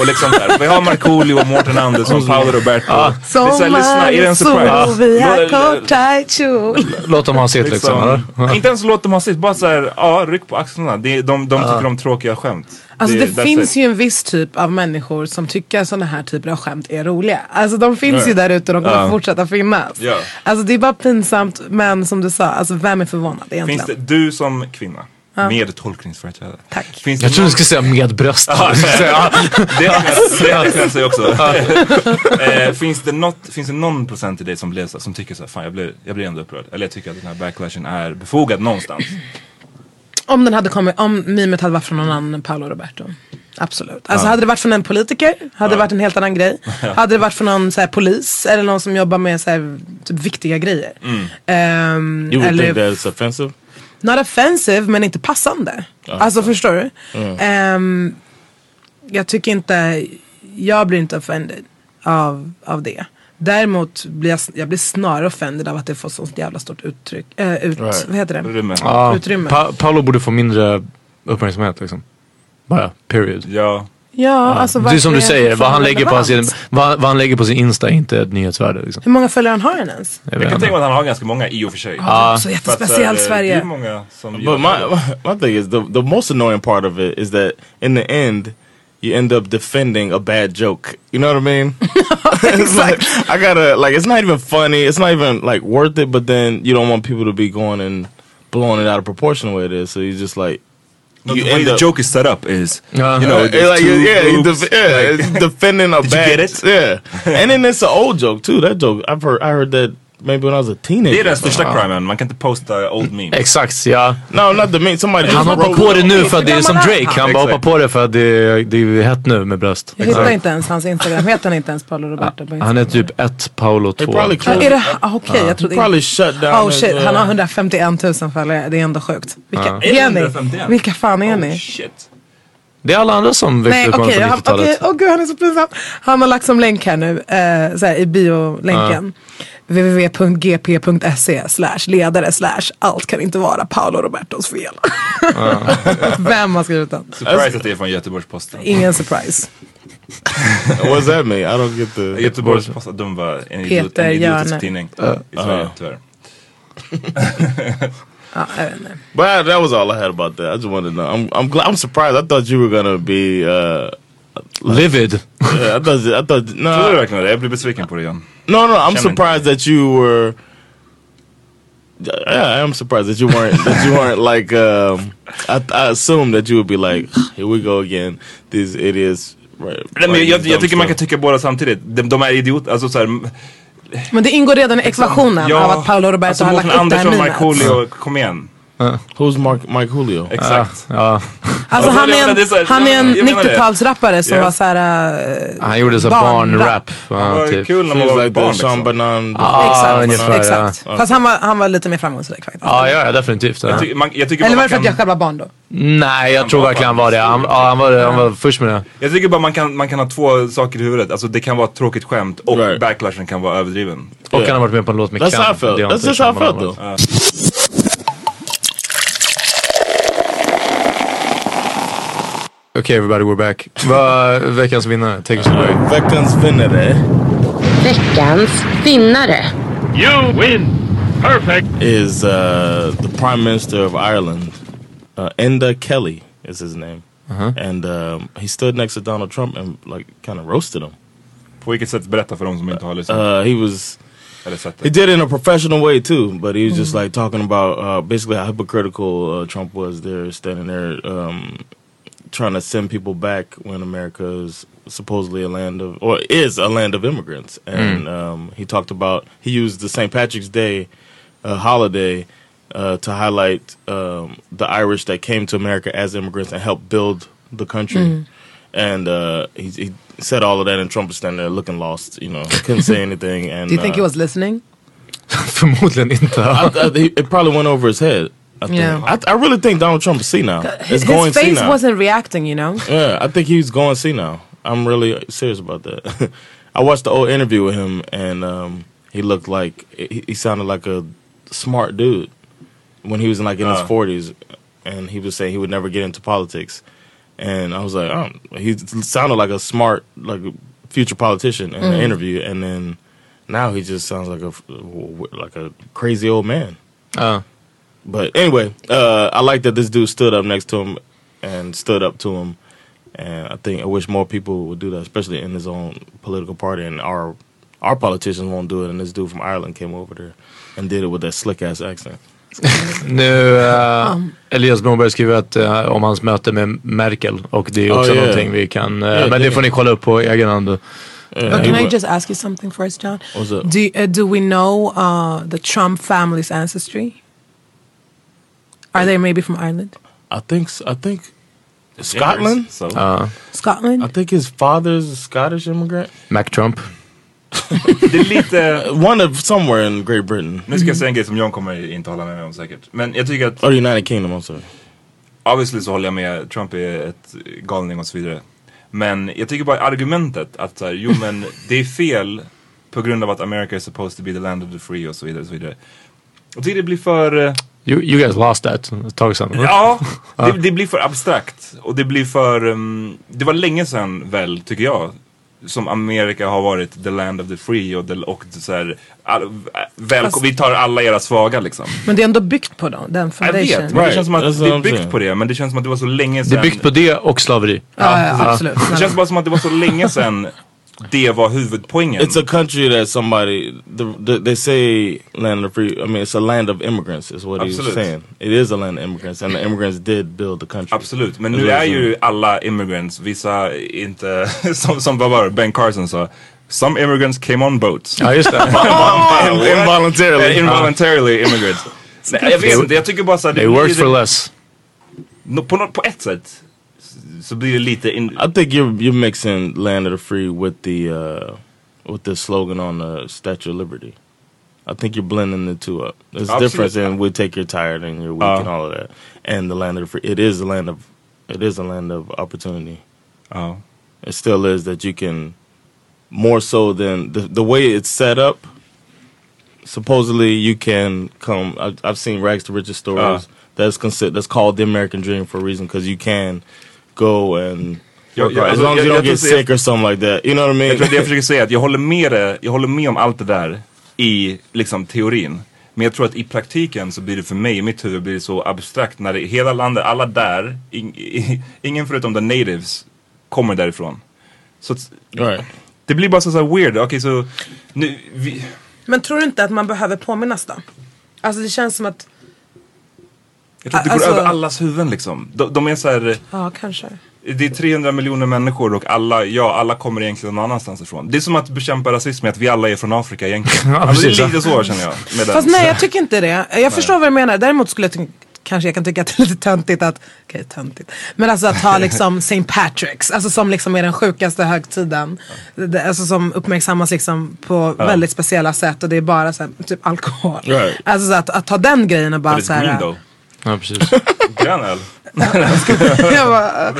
Speaker 1: och liksom så här, vi har Markoolio, Mårten Andersson, Paolo Roberto.
Speaker 5: Ah.
Speaker 1: Det är så här, lyssna, är det en
Speaker 4: Sommar,
Speaker 1: surprise?
Speaker 4: vi
Speaker 1: Lå-
Speaker 4: har kort tight kjol.
Speaker 2: Låt dem ha sitt liksom. eller?
Speaker 5: ah.
Speaker 1: Liksom, inte ens låt dem ha sitt, bara såhär, ja ryck på axlarna. Det, är- de
Speaker 5: Ah.
Speaker 1: de tycker om tråkiga skämt.
Speaker 4: Alltså det,
Speaker 1: that's
Speaker 4: finns
Speaker 1: it.
Speaker 4: ju en viss typ av människor som tycker att sådana här typer av skämt är roliga. Alltså de finns ju där ute och de kommer fortsätta finnas.
Speaker 1: Ja.
Speaker 4: Alltså det är bara pinsamt men som du sa, alltså vem är förvånad egentligen?
Speaker 1: Finns det, du som kvinna, med tolkningsföreträde.
Speaker 4: Tack.
Speaker 1: Finns
Speaker 2: Jag
Speaker 1: det
Speaker 2: trodde
Speaker 1: någon-
Speaker 2: du skulle säga med bröst. Ja.
Speaker 1: Det öppnar jag sig också. eh, finns, det något, finns det någon procent i dig som, blir, så- som tycker såhär, fan jag blir, jag blir ändå upprörd. Eller jag tycker att den här backlashen är befogad någonstans.
Speaker 4: Om den hade kommit, om mimet hade varit från någon annan än Paolo Roberto. Absolut. Alltså hade det varit från en politiker, hade det varit en helt annan grej. Hade det varit från någon så här, polis eller någon som jobbar med så här, typ, viktiga grejer. Ehm,
Speaker 5: you would
Speaker 4: eller-
Speaker 5: think that it's offensive
Speaker 4: not offensive men inte passande. alltså förstår du? Ehm, jag tycker inte, jag blir inte offended av, av det. Däremot blir jag, s- jag blir snarare offended av att det får sånt jävla stort uttryck, eh, ut, vad heter det?
Speaker 1: Rummet.
Speaker 2: Ja.
Speaker 4: Utrymme.
Speaker 2: Pa- Paolo borde få mindre uppmärksamhet liksom. Bara, period.
Speaker 1: Ja.
Speaker 4: Ja, alltså
Speaker 2: det är som du
Speaker 4: verkligen
Speaker 2: säger, vad han,
Speaker 4: fan
Speaker 2: lägger på sin,
Speaker 4: relevant.
Speaker 2: vad, vad han lägger på sin Insta är inte ett nyhetsvärde. Liksom.
Speaker 4: Hur många följare han har han ens?
Speaker 2: Jag
Speaker 1: Jag
Speaker 2: vet
Speaker 1: kan
Speaker 2: inte.
Speaker 1: tänka mig att han har ganska många i och för sig.
Speaker 4: Så
Speaker 1: För att, så
Speaker 4: jättespeciellt
Speaker 1: här, Det är
Speaker 4: Sverige.
Speaker 1: många som gör
Speaker 5: But my
Speaker 1: det.
Speaker 5: my thing is the the most annoying part of it is that in the end you end up defending a bad joke. You know what I mean? It's like, I gotta like it's not even funny. It's not even like worth it. But then you don't want people to be going and blowing it out of proportion the way it is. So you just like
Speaker 1: No, the way the joke is set up is, you know,
Speaker 5: Uh,
Speaker 1: there's
Speaker 5: like,
Speaker 1: two
Speaker 5: yeah, you
Speaker 1: groups,
Speaker 5: def- yeah,
Speaker 1: like-
Speaker 5: it's defending a
Speaker 1: Did you
Speaker 5: bad.
Speaker 1: get it?
Speaker 5: Yeah, and then it's an old joke too. That joke I've heard. I heard that maybe when I was a teenager.
Speaker 1: Det är den största crimen, man kan inte posta old memes.
Speaker 2: Exakt, ja.
Speaker 5: No, not the main. Somebody
Speaker 2: Han
Speaker 5: just
Speaker 2: hoppar
Speaker 5: wrote-
Speaker 2: på det nu för att det är
Speaker 4: Gammal
Speaker 2: som
Speaker 4: han.
Speaker 2: Drake. Han bara
Speaker 1: Exakt.
Speaker 2: hoppar på det för att det är, det är hett nu med bröst.
Speaker 4: Jag hittar inte ens hans Instagram. Heter han inte ens Paolo Roberto på Instagram?
Speaker 2: Han är typ ett Paolo
Speaker 5: They
Speaker 2: 2.
Speaker 5: probably
Speaker 4: Ja,
Speaker 5: closed.
Speaker 4: är det, ah, okej, jag trodde
Speaker 5: Uh, Probably
Speaker 4: inte.
Speaker 5: shut down.
Speaker 4: Oh
Speaker 5: his,
Speaker 4: shit, han
Speaker 5: uh,
Speaker 4: har 151 000 följare. Det är ändå sjukt. Vilka är ni?
Speaker 1: 151?
Speaker 4: Vilka fan är ni?
Speaker 1: Shit.
Speaker 2: Det Oh, är alla andra som växte
Speaker 4: Nej
Speaker 2: upp
Speaker 4: okej,
Speaker 2: på
Speaker 4: han- okej,
Speaker 2: 90-talet.
Speaker 4: åh gud han är så pinsam. Han har lagt som länk här nu, eh, såhär, i biolänken. www.gp.se slash ledare slash allt kan inte vara Paolo Robertos fel. Vem har skrivit den?
Speaker 1: Surprise att det är från Göteborgs-Posten.
Speaker 4: Ingen surprise.
Speaker 5: What's that mean? I don't get the.
Speaker 1: Göteborgs-Posten, de var en, idiot,
Speaker 4: Peter
Speaker 1: en
Speaker 4: Hjärne.
Speaker 1: idiotisk tidning i Sverige tyvärr.
Speaker 4: Ja, jag vet inte.
Speaker 5: But I, that was all I had about that. I just wanted to know. I'm I'm glad. I'm surprised. I thought you were gonna be. Uh,
Speaker 2: Livid.
Speaker 5: yeah, I thought. I
Speaker 1: Tror
Speaker 5: thought.
Speaker 1: du
Speaker 5: No,
Speaker 1: verkligen det? Jag blir besviken på det John.
Speaker 5: no, no. I'm
Speaker 1: Shaman.
Speaker 5: surprised that you were. Yeah, I am surprised that you weren't. That you weren't like. Um, I, I assumed that you would be like, here we go again. These idiots. Right,
Speaker 1: Nej, men
Speaker 5: writing
Speaker 1: jag,
Speaker 5: this
Speaker 1: jag
Speaker 5: dumb
Speaker 1: tycker man kan
Speaker 5: stuff."
Speaker 1: tycka båda samtidigt. De, de är idioter, alltså såhär...
Speaker 4: Men det ingår redan i ekvationen av att Paolo Roberto har lagt upp det
Speaker 1: alltså,
Speaker 4: här
Speaker 1: Andersson,
Speaker 4: memet.
Speaker 1: Markoolio, kom igen.
Speaker 5: Who's Mark Mike Julio?
Speaker 1: Exakt.
Speaker 2: Ja.
Speaker 4: Alltså
Speaker 1: Alltså,
Speaker 4: han
Speaker 1: jag
Speaker 4: är
Speaker 1: menar, det är så här-
Speaker 4: en, han är en
Speaker 1: jag menar det.
Speaker 4: 90-talsrappare som
Speaker 1: Ja.
Speaker 4: var såhär... eh,
Speaker 2: Han gjorde så
Speaker 4: Barn-
Speaker 2: barnrap. Ja,
Speaker 1: Vad
Speaker 2: typ.
Speaker 1: Kul när man
Speaker 5: Feels
Speaker 1: var
Speaker 5: like the
Speaker 1: barn
Speaker 5: Sean
Speaker 1: liksom.
Speaker 5: Banan.
Speaker 2: Ja,
Speaker 4: Exakt,
Speaker 2: ungefär, ja.
Speaker 4: exakt. Fast han var, han var lite mer framgångsrik faktiskt.
Speaker 2: Ja, ja, ja, definitivt. Ja.
Speaker 1: Jag ty- man- Jag tycker
Speaker 4: Eller
Speaker 1: bara man
Speaker 4: var det för att jag
Speaker 1: kan-
Speaker 4: själv var barn då?
Speaker 2: Nej, jag tror
Speaker 1: var
Speaker 2: verkligen han
Speaker 1: bara
Speaker 2: var det. Han, ja, han, var, det. han var först med det.
Speaker 1: jag tycker bara man kan, man kan ha två saker i huvudet. Alltså det kan vara ett tråkigt skämt och
Speaker 5: Right.
Speaker 1: backlashen kan vara överdriven.
Speaker 2: Och
Speaker 5: Yeah.
Speaker 2: han har varit med på en låt med
Speaker 5: That's
Speaker 2: Ken.
Speaker 5: how I felt.
Speaker 2: Det har
Speaker 5: That's
Speaker 2: inte
Speaker 5: just how I
Speaker 2: samma
Speaker 5: felt
Speaker 2: namn.
Speaker 5: though.
Speaker 2: Okej everybody, we're back. Vad veckans vinnare? Take us away.
Speaker 5: Veckans vinnare is uh, the Prime Minister of Ireland, uh, Enda Kelly is his name,
Speaker 2: Uh-huh.
Speaker 5: and um, he stood next to Donald Trump and like kind of roasted him.
Speaker 1: På vilket sätt berätta för de som inte har lyssnat
Speaker 5: Uh, he was
Speaker 1: eller sett
Speaker 5: he
Speaker 1: Uh, det.
Speaker 5: did it in a professional way too, but he was just like talking about uh, basically how hypocritical uh, Trump was there, standing there um, trying to send people back when America is supposedly a land of or is a land of immigrants.
Speaker 4: Hmm.
Speaker 5: And um, he talked about he used the St. Patrick's Day uh, holiday uh, to highlight um, the Irish that came to America as immigrants and helped build the country.
Speaker 4: Hmm.
Speaker 5: And uh, he, he said all of that, and Trump was standing there looking lost. You know, couldn't say anything. And
Speaker 4: Do you think
Speaker 5: uh,
Speaker 4: he was listening?
Speaker 2: Förmodligen inte.
Speaker 5: I, I, he- it probably went over his head. I think.
Speaker 4: Yeah.
Speaker 5: I, I really think Donald Trump is senile.
Speaker 4: His,
Speaker 5: It's going
Speaker 4: his face
Speaker 5: senile.
Speaker 4: wasn't reacting you know.
Speaker 5: Yeah, I think he's going senile. I'm really serious about that. I watched the old interview with him, and um, he looked like he, he sounded like a smart dude when he was in, like in
Speaker 1: Uh.
Speaker 5: his 40s, and he was saying he would never get into politics. And I was like, oh, he sounded like a smart, like future politician in
Speaker 4: Mm.
Speaker 5: the interview, and then now he just sounds like a f- like a crazy old man.
Speaker 2: Ja.
Speaker 5: But anyway, uh, I like that this dude stood up next to him and stood up to him. And I think I wish more people would do that, especially in his own political party. And our our politicians won't do it. And this dude from Ireland came over there and did it with that slick ass accent.
Speaker 2: Nu, eh, Elias Blomberg skriver att, eh, om hans möte med Merkel och det är också
Speaker 5: Oh, yeah.
Speaker 2: någonting vi kan... eh,
Speaker 5: Yeah,
Speaker 2: men det
Speaker 5: yeah.
Speaker 2: får ni kolla upp på egen hand.
Speaker 5: Yeah,
Speaker 4: But
Speaker 5: he
Speaker 4: can I
Speaker 5: wa-
Speaker 4: just ask you something first John?
Speaker 5: What's up?
Speaker 4: Do, uh, do we know uh, the Trump family's ancestry? Are they maybe from Ireland?
Speaker 5: I think s- I think Scotland.
Speaker 1: So.
Speaker 5: I
Speaker 4: Scotland?
Speaker 5: think his father's a Scottish immigrant. Uh,
Speaker 2: Mac Trump.
Speaker 1: Det är lite...
Speaker 5: One of somewhere in Great Britain
Speaker 1: Nu ska jag säga en grej som John kommer inte hålla med mig om säkert. Men jag tycker att
Speaker 5: or the United Kingdom. I'm sorry.
Speaker 1: obviously så håller jag med, Trump är ett galning och så vidare. Men jag tycker bara argumentet att så här, jo men det är fel på grund av att America is supposed to be the land of the free och så vidare. Och så vidare. Jag tycker det blir för... eh,
Speaker 2: You, you guys lost that ett tag sedan.
Speaker 1: Ja, det, det blir för abstrakt. Och det blir för... ehm, det var länge sedan väl, tycker jag, som Amerika har varit the land of the free och, the, och så här, all, äh, välko- vi tar alla era svaga liksom.
Speaker 4: Men det är ändå byggt på dem, den
Speaker 1: Jag vet,
Speaker 4: foundation.
Speaker 1: men det känns som
Speaker 5: That's
Speaker 1: att
Speaker 5: what
Speaker 1: det är
Speaker 5: I'm
Speaker 1: byggt
Speaker 5: saying.
Speaker 1: på det. Men det känns som att det var så länge
Speaker 2: Det
Speaker 1: sedan.
Speaker 2: är byggt på det och slaveri.
Speaker 4: Ja, ja, absolut.
Speaker 1: Det känns bara som att det var så länge sedan det var huvudpoängen.
Speaker 5: It's a country that somebody the, the, they say land of free. I mean, it's a land of immigrants. Is what
Speaker 1: Absolut.
Speaker 5: he's saying. It is a land of immigrants, and the immigrants did build the country.
Speaker 1: Absolut, men nu är ju alla immigrants, vissa inte, som, som vad var det, Ben Carson sa, some immigrants came on boats.
Speaker 2: Ja, just det.
Speaker 1: In-
Speaker 5: Involuntarily.
Speaker 1: Eh, involuntarily immigrants. Nej, jag vet inte, jag tycker bara såhär,
Speaker 2: It works for less.
Speaker 1: på, något- på ett sätt så blir det lite in,
Speaker 5: I think you're you're mixing land of the free with the uh, with the slogan on the Statue of Liberty. I think you're blending the two up. There's a
Speaker 1: Absolutely.
Speaker 5: difference in we take your tired and your weak and all of that, and the land of the free. It is a land of it is a land of opportunity.
Speaker 1: ja.
Speaker 5: It still is that you can more so than the the way it's set up. Supposedly, you can come. I've, I've seen rags to riches stories.
Speaker 1: Uh.
Speaker 5: that's considered that's called the American dream for a reason because you can go and
Speaker 1: Ja, ja,
Speaker 5: as
Speaker 1: alltså,
Speaker 5: long as
Speaker 1: jag-
Speaker 5: you
Speaker 1: jag
Speaker 5: don't
Speaker 1: tror
Speaker 5: get
Speaker 1: så-
Speaker 5: sick or something like that. You know what I mean?
Speaker 1: Jag tror att det jag försöker säga är att jag håller med det, jag håller med om allt det där i liksom teorin. Men jag tror att i praktiken så blir det för mig, i mitt huvud blir det så abstrakt när det, hela landet, alla där, ing, i- ingen förutom the natives kommer därifrån. Så att,
Speaker 5: Right.
Speaker 1: det blir bara så, så här weird, okej så nu, vi,
Speaker 4: Men tror du inte att man behöver påminnas då? Alltså det känns som att,
Speaker 1: jag tror att det går
Speaker 4: Alltså-
Speaker 1: över allas huvuden liksom. De, de är så här,
Speaker 4: ja kanske.
Speaker 1: det är 300 miljoner människor och alla, ja alla kommer egentligen någon annanstans ifrån. Det är som att bekämpa rasism med att vi alla är från Afrika egentligen.
Speaker 2: Ja,
Speaker 1: alltså, det är
Speaker 2: precis.
Speaker 1: lite så känner jag. Med den.
Speaker 4: Fast nej jag tycker inte det. Jag förstår vad du menar. Däremot skulle jag ty- kanske jag kan tycka att det är lite töntigt att, okej töntigt. Men alltså att ha liksom St. Patrick's, alltså som liksom är den sjukaste högtiden. Det- Alltså som uppmärksammas liksom på väldigt speciella sätt och det är bara så här, typ alkohol.
Speaker 5: Right.
Speaker 4: Alltså så att, att ta den grejen och bara
Speaker 1: But it's
Speaker 4: så här. äh.
Speaker 1: green though.
Speaker 2: Ja, precis.
Speaker 1: Grön öl.
Speaker 4: jag bara,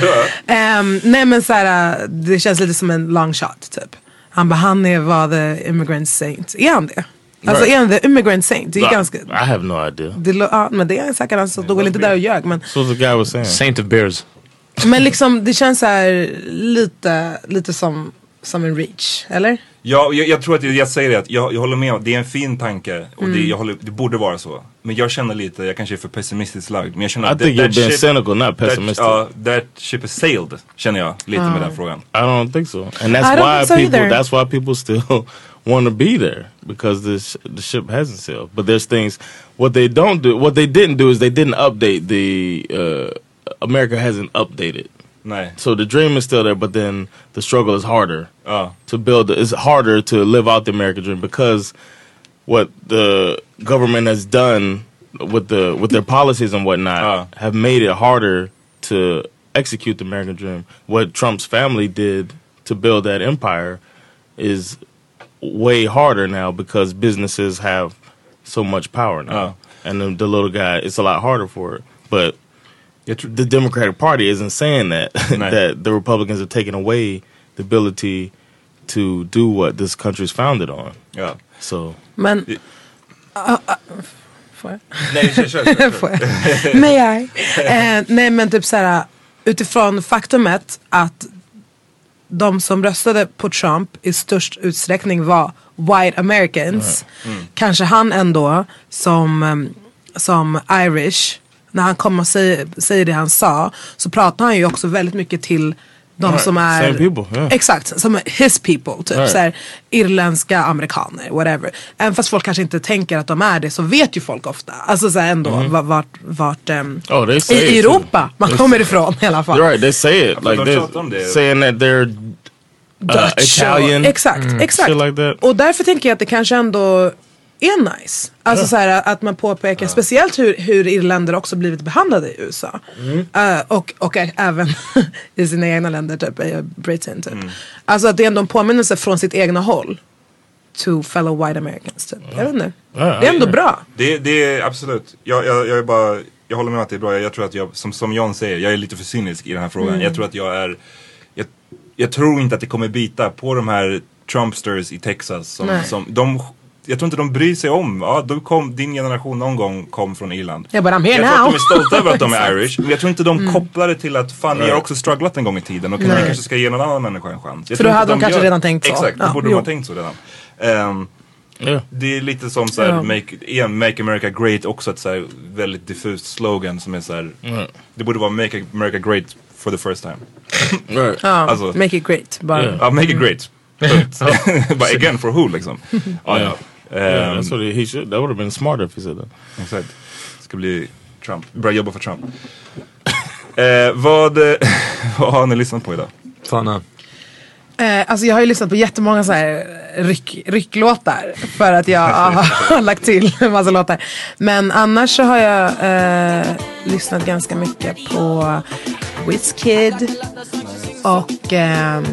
Speaker 4: ehm, nej men såhär, det känns lite som en long shot typ. Han bara, han är var the immigrant saint. Är han det? Alltså
Speaker 5: Right.
Speaker 4: är han the immigrant saint? Det är ganska...
Speaker 5: I have no idea.
Speaker 4: Det, lå- ja, men det är säkert han som stod väl inte där och ljög. Men,
Speaker 5: That's what the guy was saying.
Speaker 2: Saint of beers.
Speaker 4: men liksom det känns såhär lite, lite som, som en reach. Eller?
Speaker 1: Ja, jag, jag tror att jag, jag säger det att jag, jag håller med om det är en fin tanke och
Speaker 4: Mm.
Speaker 1: det, jag håller, det borde vara så. Men jag känner lite, jag kanske är för pessimistiskt lagd. Men jag känner
Speaker 5: I
Speaker 1: att
Speaker 5: think
Speaker 1: that
Speaker 5: you're being
Speaker 1: ship-
Speaker 5: cynical, not pessimistic.
Speaker 1: That, uh, ja, that ship is sailed, känner jag lite med den frågan.
Speaker 5: I don't think so, and
Speaker 4: I
Speaker 5: that's
Speaker 4: don't
Speaker 5: why
Speaker 4: think so
Speaker 5: people.
Speaker 4: either.
Speaker 5: That's why people still want to be there because the sh the ship hasn't sailed. But there's things what they don't do. What they didn't do is they didn't update the uh, America hasn't updated.
Speaker 1: Nej.
Speaker 5: So the dream is still there, but then the struggle is harder
Speaker 1: Ja.
Speaker 5: to build. It's harder to live out the American dream because what the government has done with the with their policies and whatnot
Speaker 1: Ah.
Speaker 5: have made it harder to execute the American dream. What Trump's family did to build that empire is way harder now because businesses have so much power now, and the, the little guy it's a lot harder for it. But
Speaker 1: Jag tror,
Speaker 5: the Democratic Party isn't saying that
Speaker 1: Right.
Speaker 5: that the Republicans are taking away the ability to do what this country's founded on.
Speaker 1: ja.
Speaker 5: So
Speaker 4: Men...
Speaker 1: I-
Speaker 4: Ah, ah, får jag?
Speaker 1: Nej, kör, kör, kör, kör.
Speaker 4: Får jag? May I? Eh, nej men typ såhär utifrån faktumet att de som röstade på Trump i störst utsträckning var white americans. Kanske han ändå som, ehm, som irish. När han kommer och säger, säger det han sa så pratar han ju också väldigt mycket till de
Speaker 5: Right,
Speaker 4: som är
Speaker 5: same people, yeah.
Speaker 4: Exakt, som his people. Typ,
Speaker 5: Right.
Speaker 4: såhär, irländska amerikaner, whatever. Även fast folk kanske inte tänker att de är det så vet ju folk ofta. Alltså såhär ändå
Speaker 5: Mhm.
Speaker 4: va- vart, vart ehm,
Speaker 5: Oh, they
Speaker 4: i
Speaker 5: say
Speaker 4: i
Speaker 5: it too.
Speaker 4: Europa man kommer ifrån i alla fall.
Speaker 5: right, they say it like
Speaker 1: de
Speaker 5: they're
Speaker 1: tjatar om det.
Speaker 5: saying that they're uh,
Speaker 4: Dutch
Speaker 5: Italian. mm,
Speaker 4: och- Exakt, exakt.
Speaker 5: Shit like that.
Speaker 4: Och därför tänker jag att det kanske ändå är nice. Alltså så här, att man påpekar speciellt hur, hur irländare också blivit behandlade i USA.
Speaker 5: Mm.
Speaker 4: Eh, och, och ä- även i sina egna länder, typ i Britain. Typ.
Speaker 5: Mm.
Speaker 4: Alltså att det är ändå en påminnelse från sitt egna håll. To fellow white americans typ. Jag vet inte. det är ändå bra.
Speaker 1: Det, det är absolut. Jag, jag, jag är bara, jag håller med om att det är bra. Jag, jag tror att jag, som, som John säger, jag är lite för cynisk i den här frågan.
Speaker 4: Mm.
Speaker 1: Jag tror att jag är, jag, jag tror inte att det kommer bita på de här Trumpsters i Texas. Som,
Speaker 4: Nej.
Speaker 1: som, de, jag tror inte de bryr sig om, ja, de kom, din generation någon gång kom från Irland.
Speaker 4: Jag bara, I'm
Speaker 1: Jag
Speaker 4: here
Speaker 1: tror
Speaker 4: now. Mm.
Speaker 1: att de är stolta över att de är Irish, men jag tror inte de kopplar det till att fan, vi har också strugglat en gång i tiden och vi kanske ska ge någon annan människa en chans. Jag
Speaker 4: För
Speaker 1: tror inte
Speaker 4: då hade de kanske redan tänkt så.
Speaker 1: Exakt, då
Speaker 4: Ja,
Speaker 1: borde de ha
Speaker 4: jo.
Speaker 1: tänkt så redan. Ehm,
Speaker 5: Yeah.
Speaker 1: det är lite som så här,
Speaker 4: Ja.
Speaker 1: make, igen, make America Great också ett så här väldigt diffust slogan som är så här. Det borde vara Make America Great for the first time.
Speaker 5: Right.
Speaker 4: Ja,
Speaker 1: Alltså-
Speaker 4: make it great. Bara.
Speaker 5: Yeah.
Speaker 1: Ja, make it great. Punkt. But again, for who liksom? Ja, ja.
Speaker 5: Oh, Yeah,
Speaker 1: Ehm,
Speaker 5: that's what he, he should. That would have been smarter if he said that.
Speaker 1: Exakt. Ska bli Trump. Börja jobba för Trump. Eh, vad, eh, vad har ni lyssnat på idag?
Speaker 2: Fan, ja.
Speaker 4: Eh, alltså jag har ju lyssnat på jättemånga så här eh, ryck, rycklåtar för att jag har lagt till en massa låtar. Men annars så har jag eh, lyssnat ganska mycket på Wizkid och ehm,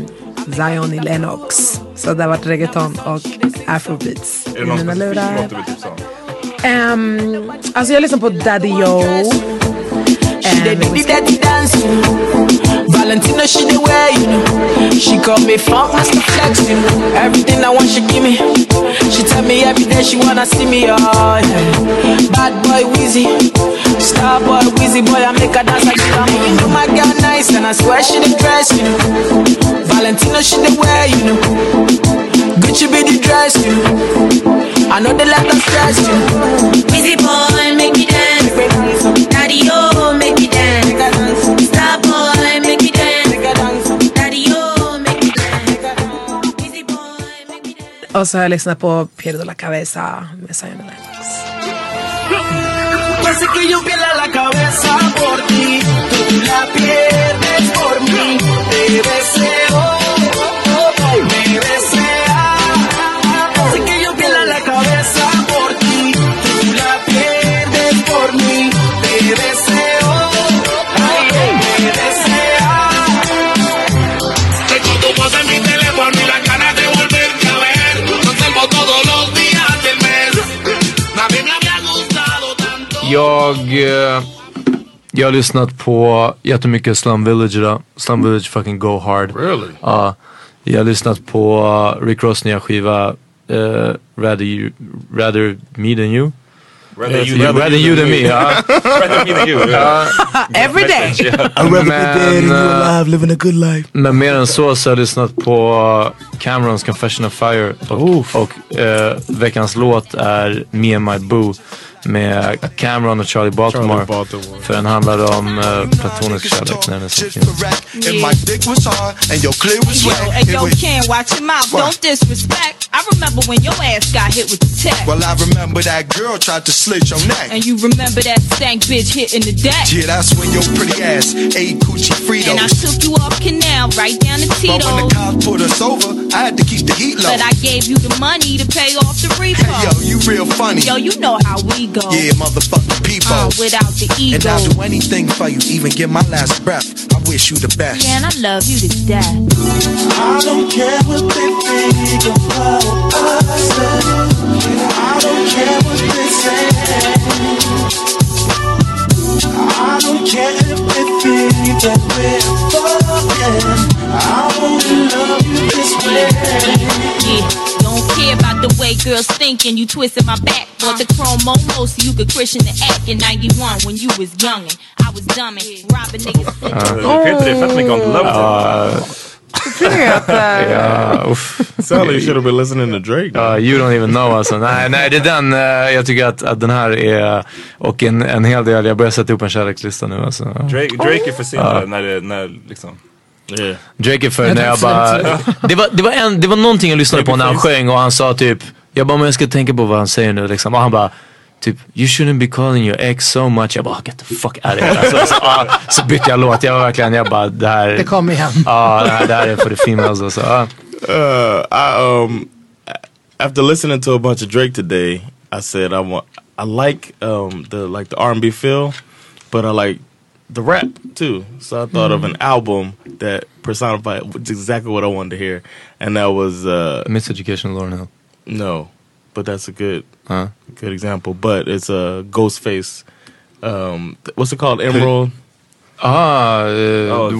Speaker 4: Zion i Lennox. Så det har varit reggaeton och afrobeats
Speaker 1: Är
Speaker 4: i
Speaker 1: det någon
Speaker 4: mina
Speaker 1: specifik
Speaker 4: lurar.
Speaker 1: låt du vill typ tipsa om?
Speaker 4: Ehm, alltså jag lyssnar på Daddy Yo. Ehm,
Speaker 6: She dey do the dirty dance, you know. Valentino she dey wear, you know. She call me front master flex, you know. Everything I want she give me. She tell me every day she wanna see me, oh yeah. Bad boy Wheezy, star boy Wheezy boy, I make her dance I give her money. You know my girl nice and I swear she the dress, you know. Valentino she dey wear, you know. Gucci be the dress, you know. I know they like the stress, you know.
Speaker 7: Busy boy, make me dance. Daddy, oh, make me dance. Star boy, make me dance. Daddy, oh, make me dance. Busy boy.
Speaker 4: Och så har jag lyssnat på Pierdo la Cabeza med Zion i Lennox.
Speaker 6: Yo sé que yo pierda la cabeza por ti, tú la pierdes por mí. Te deseo, me desea. Yo sé que yo pierda la cabeza por ti, tú la pierdes por mí. Te deseo, me desea. Tengo tu voz en mi teléfono y las ganas de volverte a ver. Yo tengo todos los días del mes. Nadie me había gustado tanto.
Speaker 2: Jag, eh, jag har lyssnat på jättemycket Slum Village idag. Slum Village fucking go hard.
Speaker 5: Really?
Speaker 2: Ja. jag har lyssnat på eh, Rick Ross nya skiva eh, rather, you, rather Me Than You.
Speaker 1: Rather
Speaker 2: Eh,
Speaker 1: You
Speaker 2: yeah,
Speaker 1: Than Me.
Speaker 2: rather you than me. ja.
Speaker 1: Rather Me Than You.
Speaker 2: Ja.
Speaker 4: Every day.
Speaker 2: I'd rather be dead and you alive,
Speaker 6: living a good life.
Speaker 2: Men mer än så så har jag lyssnat på Camerons Confession of Fire och, och eh, veckans låt är Me and My Boo med Cameron och Charlie Baltimore.
Speaker 5: Charlie Baltimore.
Speaker 2: För den handlar om eh, platonisk kärlek när den är så fin.
Speaker 8: And my dick was hard, and your clear was
Speaker 9: Yo,
Speaker 8: wet.
Speaker 9: and
Speaker 8: It
Speaker 9: yo,
Speaker 8: was-
Speaker 9: Ken, watch your mouth.
Speaker 8: Why?
Speaker 9: Don't disrespect. I remember when your ass got hit with the tech.
Speaker 8: Well, I remember that girl tried to slit your neck.
Speaker 9: And you remember that stank bitch hitting the deck.
Speaker 8: Yeah, that's when your pretty ass ate coochie
Speaker 9: And I
Speaker 8: Fritos.
Speaker 9: took you off canal, right down to
Speaker 8: But when
Speaker 9: Tito's.
Speaker 8: the cops put us over, I had to keep the heat low.
Speaker 9: But I gave you the money to pay off the repo.
Speaker 8: Yo, you real funny.
Speaker 9: Yo, you know how we go.
Speaker 8: Yeah, motherfucking people.
Speaker 9: Uh, without the ego.
Speaker 8: And I'll do anything for you, even give my last breath. I wish you the best.
Speaker 9: Yeah, and I love you to death.
Speaker 6: I don't care what they think about us. I don't care what they say. I don't care if they think that we're fucking. I only love you this way.
Speaker 9: Yeah, don't care about the way girls thinking. You twisting my back. Bought the chrome Momo so you could Christian the act in 91 when you was youngin'. I was dumbin', robbing niggas.
Speaker 1: Du kan inte det fett mycket om Love
Speaker 2: Ja, ja, Ah, uff.
Speaker 5: Sally, you should have been listening to Drake.
Speaker 2: Ja, you don't even know alltså. Nej, nej det är den. eh, jag tycker att, att den här är... Och en, en hel del. Jag börjar sätta upp en kärlekslista nu alltså.
Speaker 1: Drake, Drake är för sen
Speaker 2: Ja.
Speaker 1: när, det- när liksom...
Speaker 2: Drake är för
Speaker 1: Jag
Speaker 2: när jag
Speaker 1: tror
Speaker 2: bara...
Speaker 1: absolut
Speaker 2: Det var, det, var en, det var någonting jag lyssnade på när han sjöng och han sa typ... Jag bara, men jag ska tänka på vad han säger nu liksom. Och han bara... Typ, you shouldn't be calling your ex so much. Jag bara, get the fuck out of here. Alltså, så, ah, så bytte jag låt. Jag var verkligen, jag bara, det här...
Speaker 4: Det kom igen.
Speaker 2: Ja, det här, det här är för det fina alltså. Så, ah.
Speaker 5: Uh, I um, after listening to a bunch of Drake today, I said I want. I like um the like the R and B feel, but I like the rap too. So I thought of an album that personified which is exactly what I wanted to hear, and that was uh,
Speaker 2: Miseducation, Lauren Hill.
Speaker 5: No, but that's a good good example. But it's a Ghostface. Um, th- what's it called? Emerald.
Speaker 2: Ah,
Speaker 1: Oh,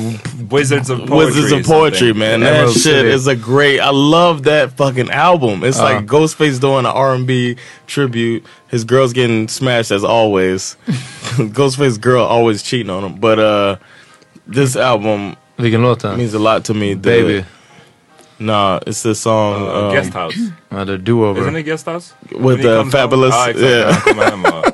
Speaker 1: Wizards of Poetry.
Speaker 5: Wizards
Speaker 1: or something.
Speaker 5: of Poetry, man. That
Speaker 1: Emerald
Speaker 5: shit
Speaker 1: City.
Speaker 5: is a great. I love that fucking album. It's
Speaker 1: Uh.
Speaker 5: like Ghostface doing an R and B tribute. His girl's getting smashed as always. Ghostface girl always cheating on him, but uh, this album means a lot to me. The-
Speaker 2: Baby.
Speaker 5: Nah, it's the song
Speaker 1: Uh,
Speaker 5: um,
Speaker 1: Guest House.
Speaker 2: Ja, det är do-over.
Speaker 1: Isn't it Guest House? When
Speaker 5: with
Speaker 1: he
Speaker 5: the
Speaker 1: comes home.
Speaker 5: fabulous
Speaker 1: Ah, exakt, när han kommer hem
Speaker 5: yeah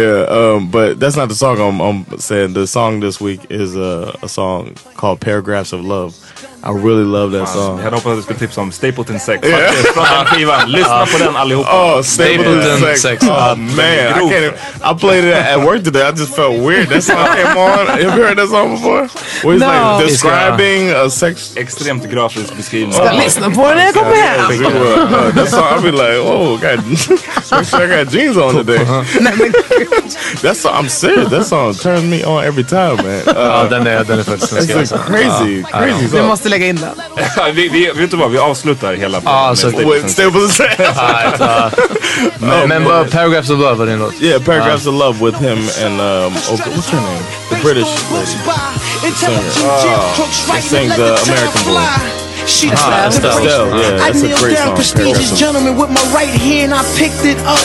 Speaker 5: yeah um but that's not the song I'm, I'm saying the song this week is a, a song called paragraphs of love I really love that
Speaker 1: Fan,
Speaker 5: song.
Speaker 1: Alltså, Jag hade hoppats att du skulle tipsa om Stapleton Sex.
Speaker 5: Yeah.
Speaker 1: Faktiskt, från den skivan. Lyssna på den allihopa.
Speaker 5: Oh, Stapleton Sex. Oh man, I, can't even, I played it at work today. I just felt weird. That song came on. Have you heard that song before? Where he's like describing a sex.
Speaker 1: Extremt grafisk beskrivning.
Speaker 4: Ska lyssna på den när jag kommer hem.
Speaker 5: We were, uh, that song, I'll be like, oh, God, make sure I got jeans on today.
Speaker 1: uh-huh.
Speaker 5: that song, I'm serious. That song turns me on every time, man. Uh,
Speaker 1: Oh,
Speaker 2: Ja, den är- den är faktiskt alltså. scary
Speaker 5: It's a
Speaker 2: song.
Speaker 1: Uh,
Speaker 5: crazy,
Speaker 2: Ja.
Speaker 5: crazy
Speaker 4: Vi
Speaker 5: song.
Speaker 4: måste lägga in den.
Speaker 1: vi, vi, vet du vad, vi avslutar hela podden
Speaker 2: Ah, så-
Speaker 5: With Stapleton Sex.
Speaker 2: Alright, ah. Men- Men bara Paragraphs of Love var din låt.
Speaker 5: Yeah, Paragraphs of Love with him and um, Oprah- what's her name? The British lady, the singer. Uh, that sings uh, American Boy.
Speaker 10: She
Speaker 5: Ah, Estelle. Estelle, yeah,
Speaker 10: I
Speaker 5: that's a
Speaker 10: kneeled
Speaker 5: great
Speaker 10: down,
Speaker 5: song.
Speaker 10: prestigious
Speaker 5: Awesome.
Speaker 10: gentleman, with my right hand. I picked it up.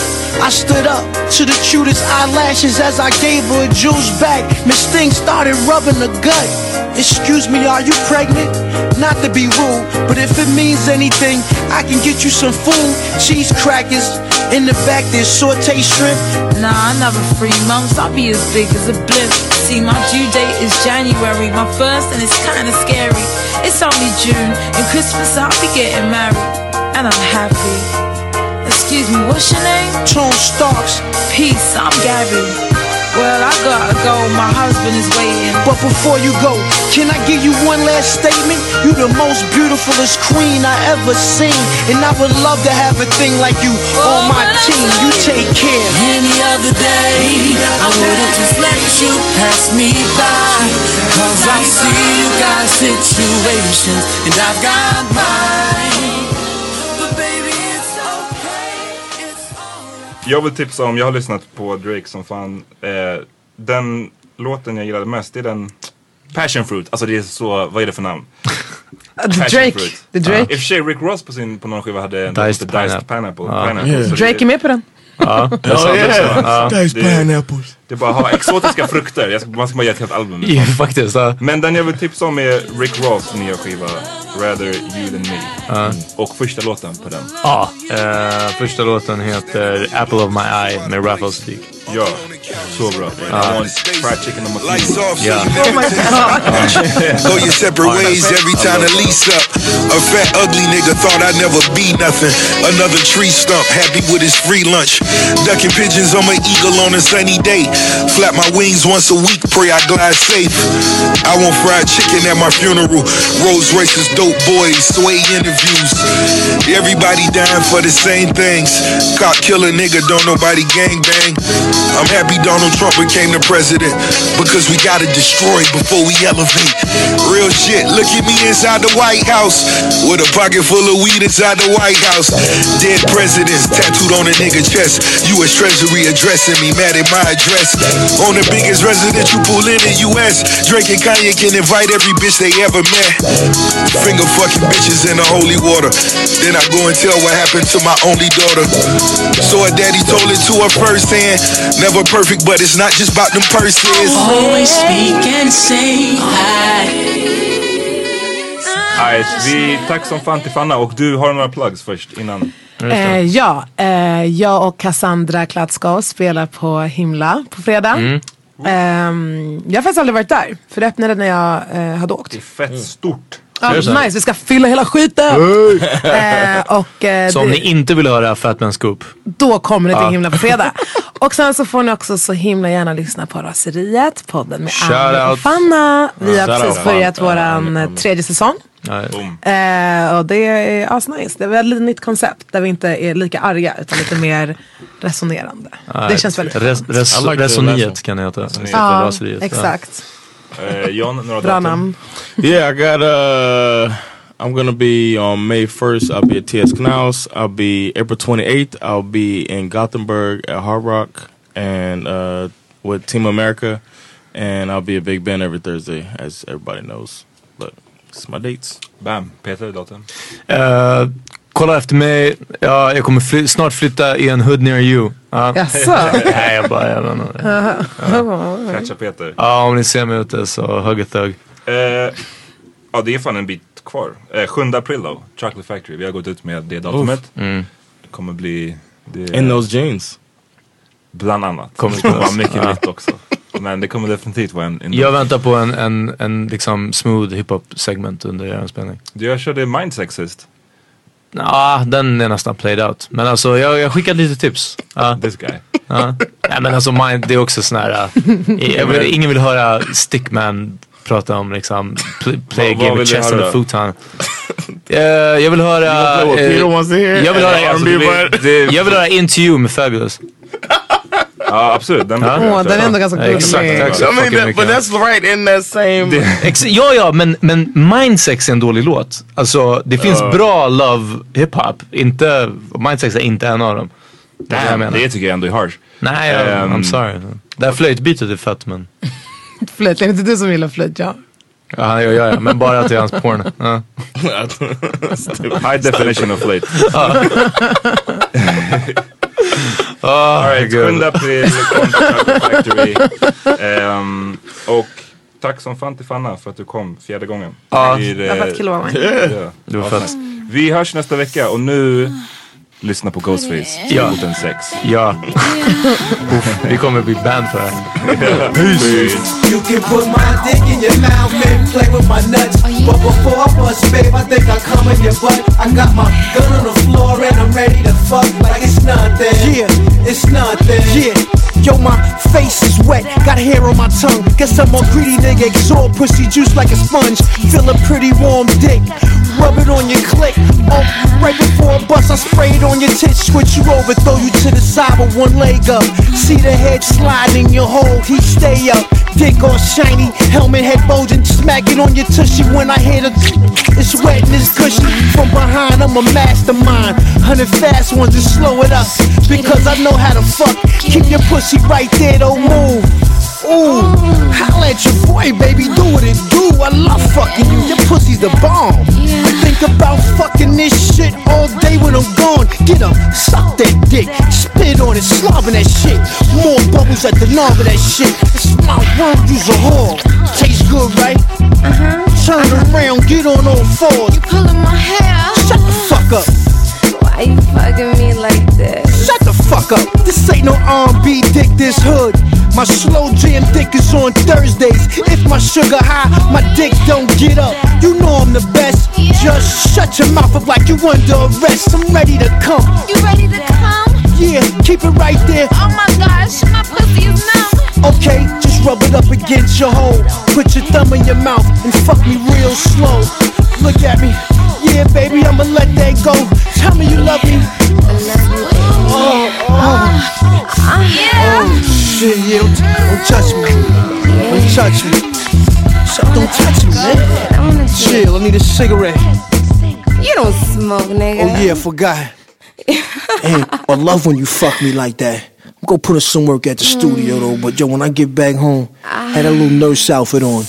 Speaker 10: I stood up to the cutest eyelashes as I gave her a Jew's back. Miss Thing started rubbing her gut. Excuse me, are you pregnant? Not to be rude, but if it means anything, I can get you some food. Cheese crackers in the back, there's saute shrimp.
Speaker 6: Nah, I never free mums. I'll be as big as a blimp. See, my due date is January, my first, and it's kinda scary. It's only June, and Christmas I'll be getting married, and I'm happy. Excuse me, what's your name? Tone Starks. Peace, I'm Gabby. Well, I gotta go, my husband is waiting.
Speaker 10: But before you go, can I give you one last statement? You the most beautifulest queen I ever seen. And I would love to have a thing like you on my team. You take care.
Speaker 11: Any other day, I would've just let you pass me by. Cause I see you got situations, and I've got mine. But baby, it's okay.
Speaker 1: Jag vill tipsa om, jag har lyssnat på Drake som fan. Eh, den låten jag gillade mest, det är den Passion Fruit. Alltså det är så, vad är det för namn?
Speaker 4: The
Speaker 1: Passion
Speaker 4: Drake.
Speaker 1: Fruit. Uh,
Speaker 4: The Drake.
Speaker 1: I och för sig Rick Ross på, sin, på någon skiva hade en
Speaker 2: Diced
Speaker 1: som hette Diced Pineapple.
Speaker 2: Pineapple. Ja.
Speaker 1: pineapple.
Speaker 2: Yeah.
Speaker 1: Så det-
Speaker 4: Mm. Drake är med på den.
Speaker 2: Ja, det är sant, det är sant. Ja.
Speaker 1: Det- Det är bara ha exotiska frukter. Jag ska, man ska bara ge ett helt album.
Speaker 2: Ja, faktiskt. ja.
Speaker 1: Men den jag vill tipsa om är Rick Ross nya skiva Rather You Than Me. Och första låten på den.
Speaker 2: Ja, eh, första låten heter Apple of My Eye med Raffles Peak.
Speaker 1: Ja, så bra.
Speaker 2: Ja.
Speaker 1: Fried chicken and
Speaker 8: Lights off, so
Speaker 2: Yeah.
Speaker 8: you never Go your separate
Speaker 2: Oh,
Speaker 8: ways
Speaker 2: that's it.
Speaker 8: every
Speaker 2: I
Speaker 8: time the
Speaker 2: love that.
Speaker 8: lease up. A fat ugly nigga thought I'd never be nothing. Another tree stump, happy with his free lunch. Ducking pigeons on my eagle on a sunny day. Flap my wings once a week, pray I glide safe. I want fried chicken at my funeral. Rolls Royces, dope boys, sway interviews. Everybody dying for the same things. Cop killer nigga, don't nobody gang bang. I'm happy Donald Trump became the president because we gotta destroy before we elevate. Real shit, look at me inside the White House with a pocket full of weed inside the White House. Dead presidents tattooed on a nigga chest. U.S. Treasury addressing me, mad at my address. On the biggest residential pool in the U.S., Drake and Kanye can invite every bitch they ever met. Finger fucking bitches in the holy water. Then I go and tell what happened to my only daughter. So her daddy told it to her firsthand. Never perfect, but it's not just about them purses.
Speaker 11: Always speak and say hi.
Speaker 1: Nice. Vi, tack som fan till Fanna och du har några plugs först innan.
Speaker 4: Eh, ja, eh, jag och Cassandra Klatskov spelar på Himla på fredag.
Speaker 1: Mm.
Speaker 4: Ehm, jag har faktiskt aldrig varit där, för det öppnade när jag eh, hade åkt.
Speaker 1: Det är fett stort.
Speaker 4: Ja,
Speaker 2: Ser du Mm. så här?
Speaker 4: nice, vi ska fylla hela skiten!
Speaker 2: Hey!
Speaker 4: eh, och, eh,
Speaker 2: Så om
Speaker 4: det-
Speaker 2: ni inte vill höra Fatman Scoop.
Speaker 4: Då kommer det till
Speaker 2: Ja.
Speaker 4: himla på fredag. Och sen så får ni också så himla gärna lyssna på Raseriet, podden med
Speaker 2: Shout
Speaker 4: Anna och
Speaker 2: out.
Speaker 4: Fanna. Vi har
Speaker 2: Shout
Speaker 4: precis
Speaker 2: out.
Speaker 4: börjat
Speaker 2: Fan,
Speaker 4: våran eh, tredje säsong. Eh, och det är asnice. Det är ett litet nytt koncept där vi inte är lika arga utan lite mer resonerande. det känns väldigt
Speaker 2: res,
Speaker 4: skönt.
Speaker 2: res,
Speaker 1: I like the
Speaker 2: Resoniet
Speaker 1: last
Speaker 2: kan det heta.
Speaker 4: Ja,
Speaker 2: Raseriet, ja.
Speaker 4: exakt.
Speaker 1: Eh, John, några
Speaker 4: Bra
Speaker 1: datum?
Speaker 4: namn.
Speaker 5: yeah, I got uh I'm gonna be on May first, I'll be at TS Knaus. I'll be April twenty eighth, I'll be in Gothenburg at Hard Rock and uh with Team America and I'll be at Big Ben every Thursday, as everybody knows. But it's my dates.
Speaker 1: Bam, Peter datum.
Speaker 2: Eh, kolla efter mig. Ja, jag kommer fly- snart flytta i en hood near you. typ. Ja.
Speaker 4: Jaså?
Speaker 2: Nej, jag bara, jag vet inte.
Speaker 4: Jaha.
Speaker 1: Catcha Peter.
Speaker 2: Ja, om ni ser mig ute så hugg ett hugg.
Speaker 1: Eh, ja, det är fan en bit kvar. Eh, 7 april då, Chocolate Factory. Vi har gått ut med det datumet.
Speaker 2: Oof. Mm.
Speaker 1: Det kommer bli... Det,
Speaker 5: In those jeans.
Speaker 1: Bland annat.
Speaker 2: Kommer
Speaker 1: det kommer
Speaker 2: spela.
Speaker 1: vara mycket
Speaker 2: Ja.
Speaker 1: nytt också. Men det kommer definitivt vara en... en
Speaker 2: Jag väntar på en, en, en liksom smooth hiphop segment under er spelning.
Speaker 1: Du, jag körde Mind Sexist.
Speaker 2: Ja, den är nästan played out. Men alltså jag, jag skickade lite tips. Ja.
Speaker 1: This guy.
Speaker 2: Ja. Nej, men alltså mind, det är också sån här, uh, i- jag vill, ingen vill höra Stickman prata om liksom pl- play a
Speaker 5: Vad- vad
Speaker 2: game
Speaker 5: vill
Speaker 2: of
Speaker 5: du
Speaker 2: chess on
Speaker 5: höra?
Speaker 2: a futon. Eh, jag vill höra...
Speaker 5: You gonna play what
Speaker 2: eh,
Speaker 5: Peter wants to hear?
Speaker 2: jag vill höra,
Speaker 5: Eller
Speaker 2: alltså,
Speaker 5: R&B
Speaker 2: det-
Speaker 5: part?
Speaker 2: det- jag vill höra Into You med Fabulous.
Speaker 1: Ja, absolut. Den
Speaker 5: brukar jag Åh, den är köra. ändå ganska gullig.
Speaker 2: Exakt, exakt.
Speaker 5: I mean, that, but that's right in that same.
Speaker 2: Ex- ja, ja, men, men Mindsex är en dålig låt. Alltså, det finns
Speaker 1: Ja.
Speaker 2: bra love hiphop. Inte, Mindsex är inte en av dem. Det är vad jag menar.
Speaker 1: det tycker jag ändå är harsh.
Speaker 2: Nej, jag,
Speaker 1: Ehm.
Speaker 2: I'm sorry. Det här flöjtbytet är fett men...
Speaker 4: Flöjt, det är inte du som gillar flöjt, ja.
Speaker 2: Ja, han gör ja, ja, men bara till hans porn. Ja.
Speaker 1: High definition of late.
Speaker 2: Ah. Ah,
Speaker 1: Alright,
Speaker 2: gud.
Speaker 1: skynda till Contract Factory. Ehm, och tack som fan till Fanna för att du kom fjärde gången.
Speaker 2: Ja.
Speaker 1: Det blir,
Speaker 2: Det var fett
Speaker 1: eh,
Speaker 2: kul att vara med.
Speaker 1: ja.
Speaker 2: Det var
Speaker 1: Ja,
Speaker 2: fett.
Speaker 1: Vi hörs nästa vecka och nu lyssna på Ghostface.
Speaker 2: Ja.
Speaker 1: Mot en sex.
Speaker 2: Ja. Uff, Vi kommer bli banned för det här. Peace.
Speaker 7: You can put my dick in your mouth and play with my nuts.
Speaker 10: Oh,
Speaker 7: But before I bust, babe, I think I come in your butt. I got my gun on the floor and I'm ready to fuck like it's nothing. Yeah, it's nothing.
Speaker 10: Yeah. Yo, my face is wet, got hair on my tongue. Guess I'm a greedy nigga, exhort pussy juice like a sponge. Feel a pretty warm dick, rub it on your click. Oh, right before a bust, I sprayed on your tits, switch you over, throw you to the side with one leg up. See the head sliding, your hole, he stay up. Dick all shiny, helmet head bulging, smack it on your tushy when I hit a. It's wet and it's cushy. From behind, I'm a mastermind. Hundred fast ones and slow it up. Because I know how to fuck. Keep your pussy right there, don't move. Ooh, holla at your boy, baby. Do what it do. I love fucking you. Your pussy's the bomb. I think about fucking this shit all day when I'm gone. Get up, suck that dick. Spit on it, slobbing that shit. More bubbles at the knob of that shit. It's my world, you's a whore. Tastes good, right? Uh-huh. Turn around, get on all fours. You pulling my hair. Shut the fuck up. Why you fucking me like this? Shut the fuck up. This ain't no R&B dick, this hood. My slow jam dick is on Thursdays. If my sugar high, my dick don't get up. You know I'm the best. Just shut your mouth up like you under arrest. I'm ready to come. You ready to come? Yeah, keep it right there. Oh my gosh, my pussy is numb. Okay, just rub it up against your hole. Put your thumb in your mouth and fuck me real slow. Look at me. Yeah, baby, I'ma let that go. Tell me you love me. Oh, oh. Oh, shit, yeah, don't, don't touch me. Don't touch me. So- Don't touch me, man. Chill, I need a cigarette.
Speaker 12: You don't smoke, nigga.
Speaker 10: Oh yeah, I forgot. hey, I love when you fuck me like that. I'm gonna put in some work at the studio though, but yo, when I get back home,
Speaker 12: Ah.
Speaker 10: I had a little nurse outfit on.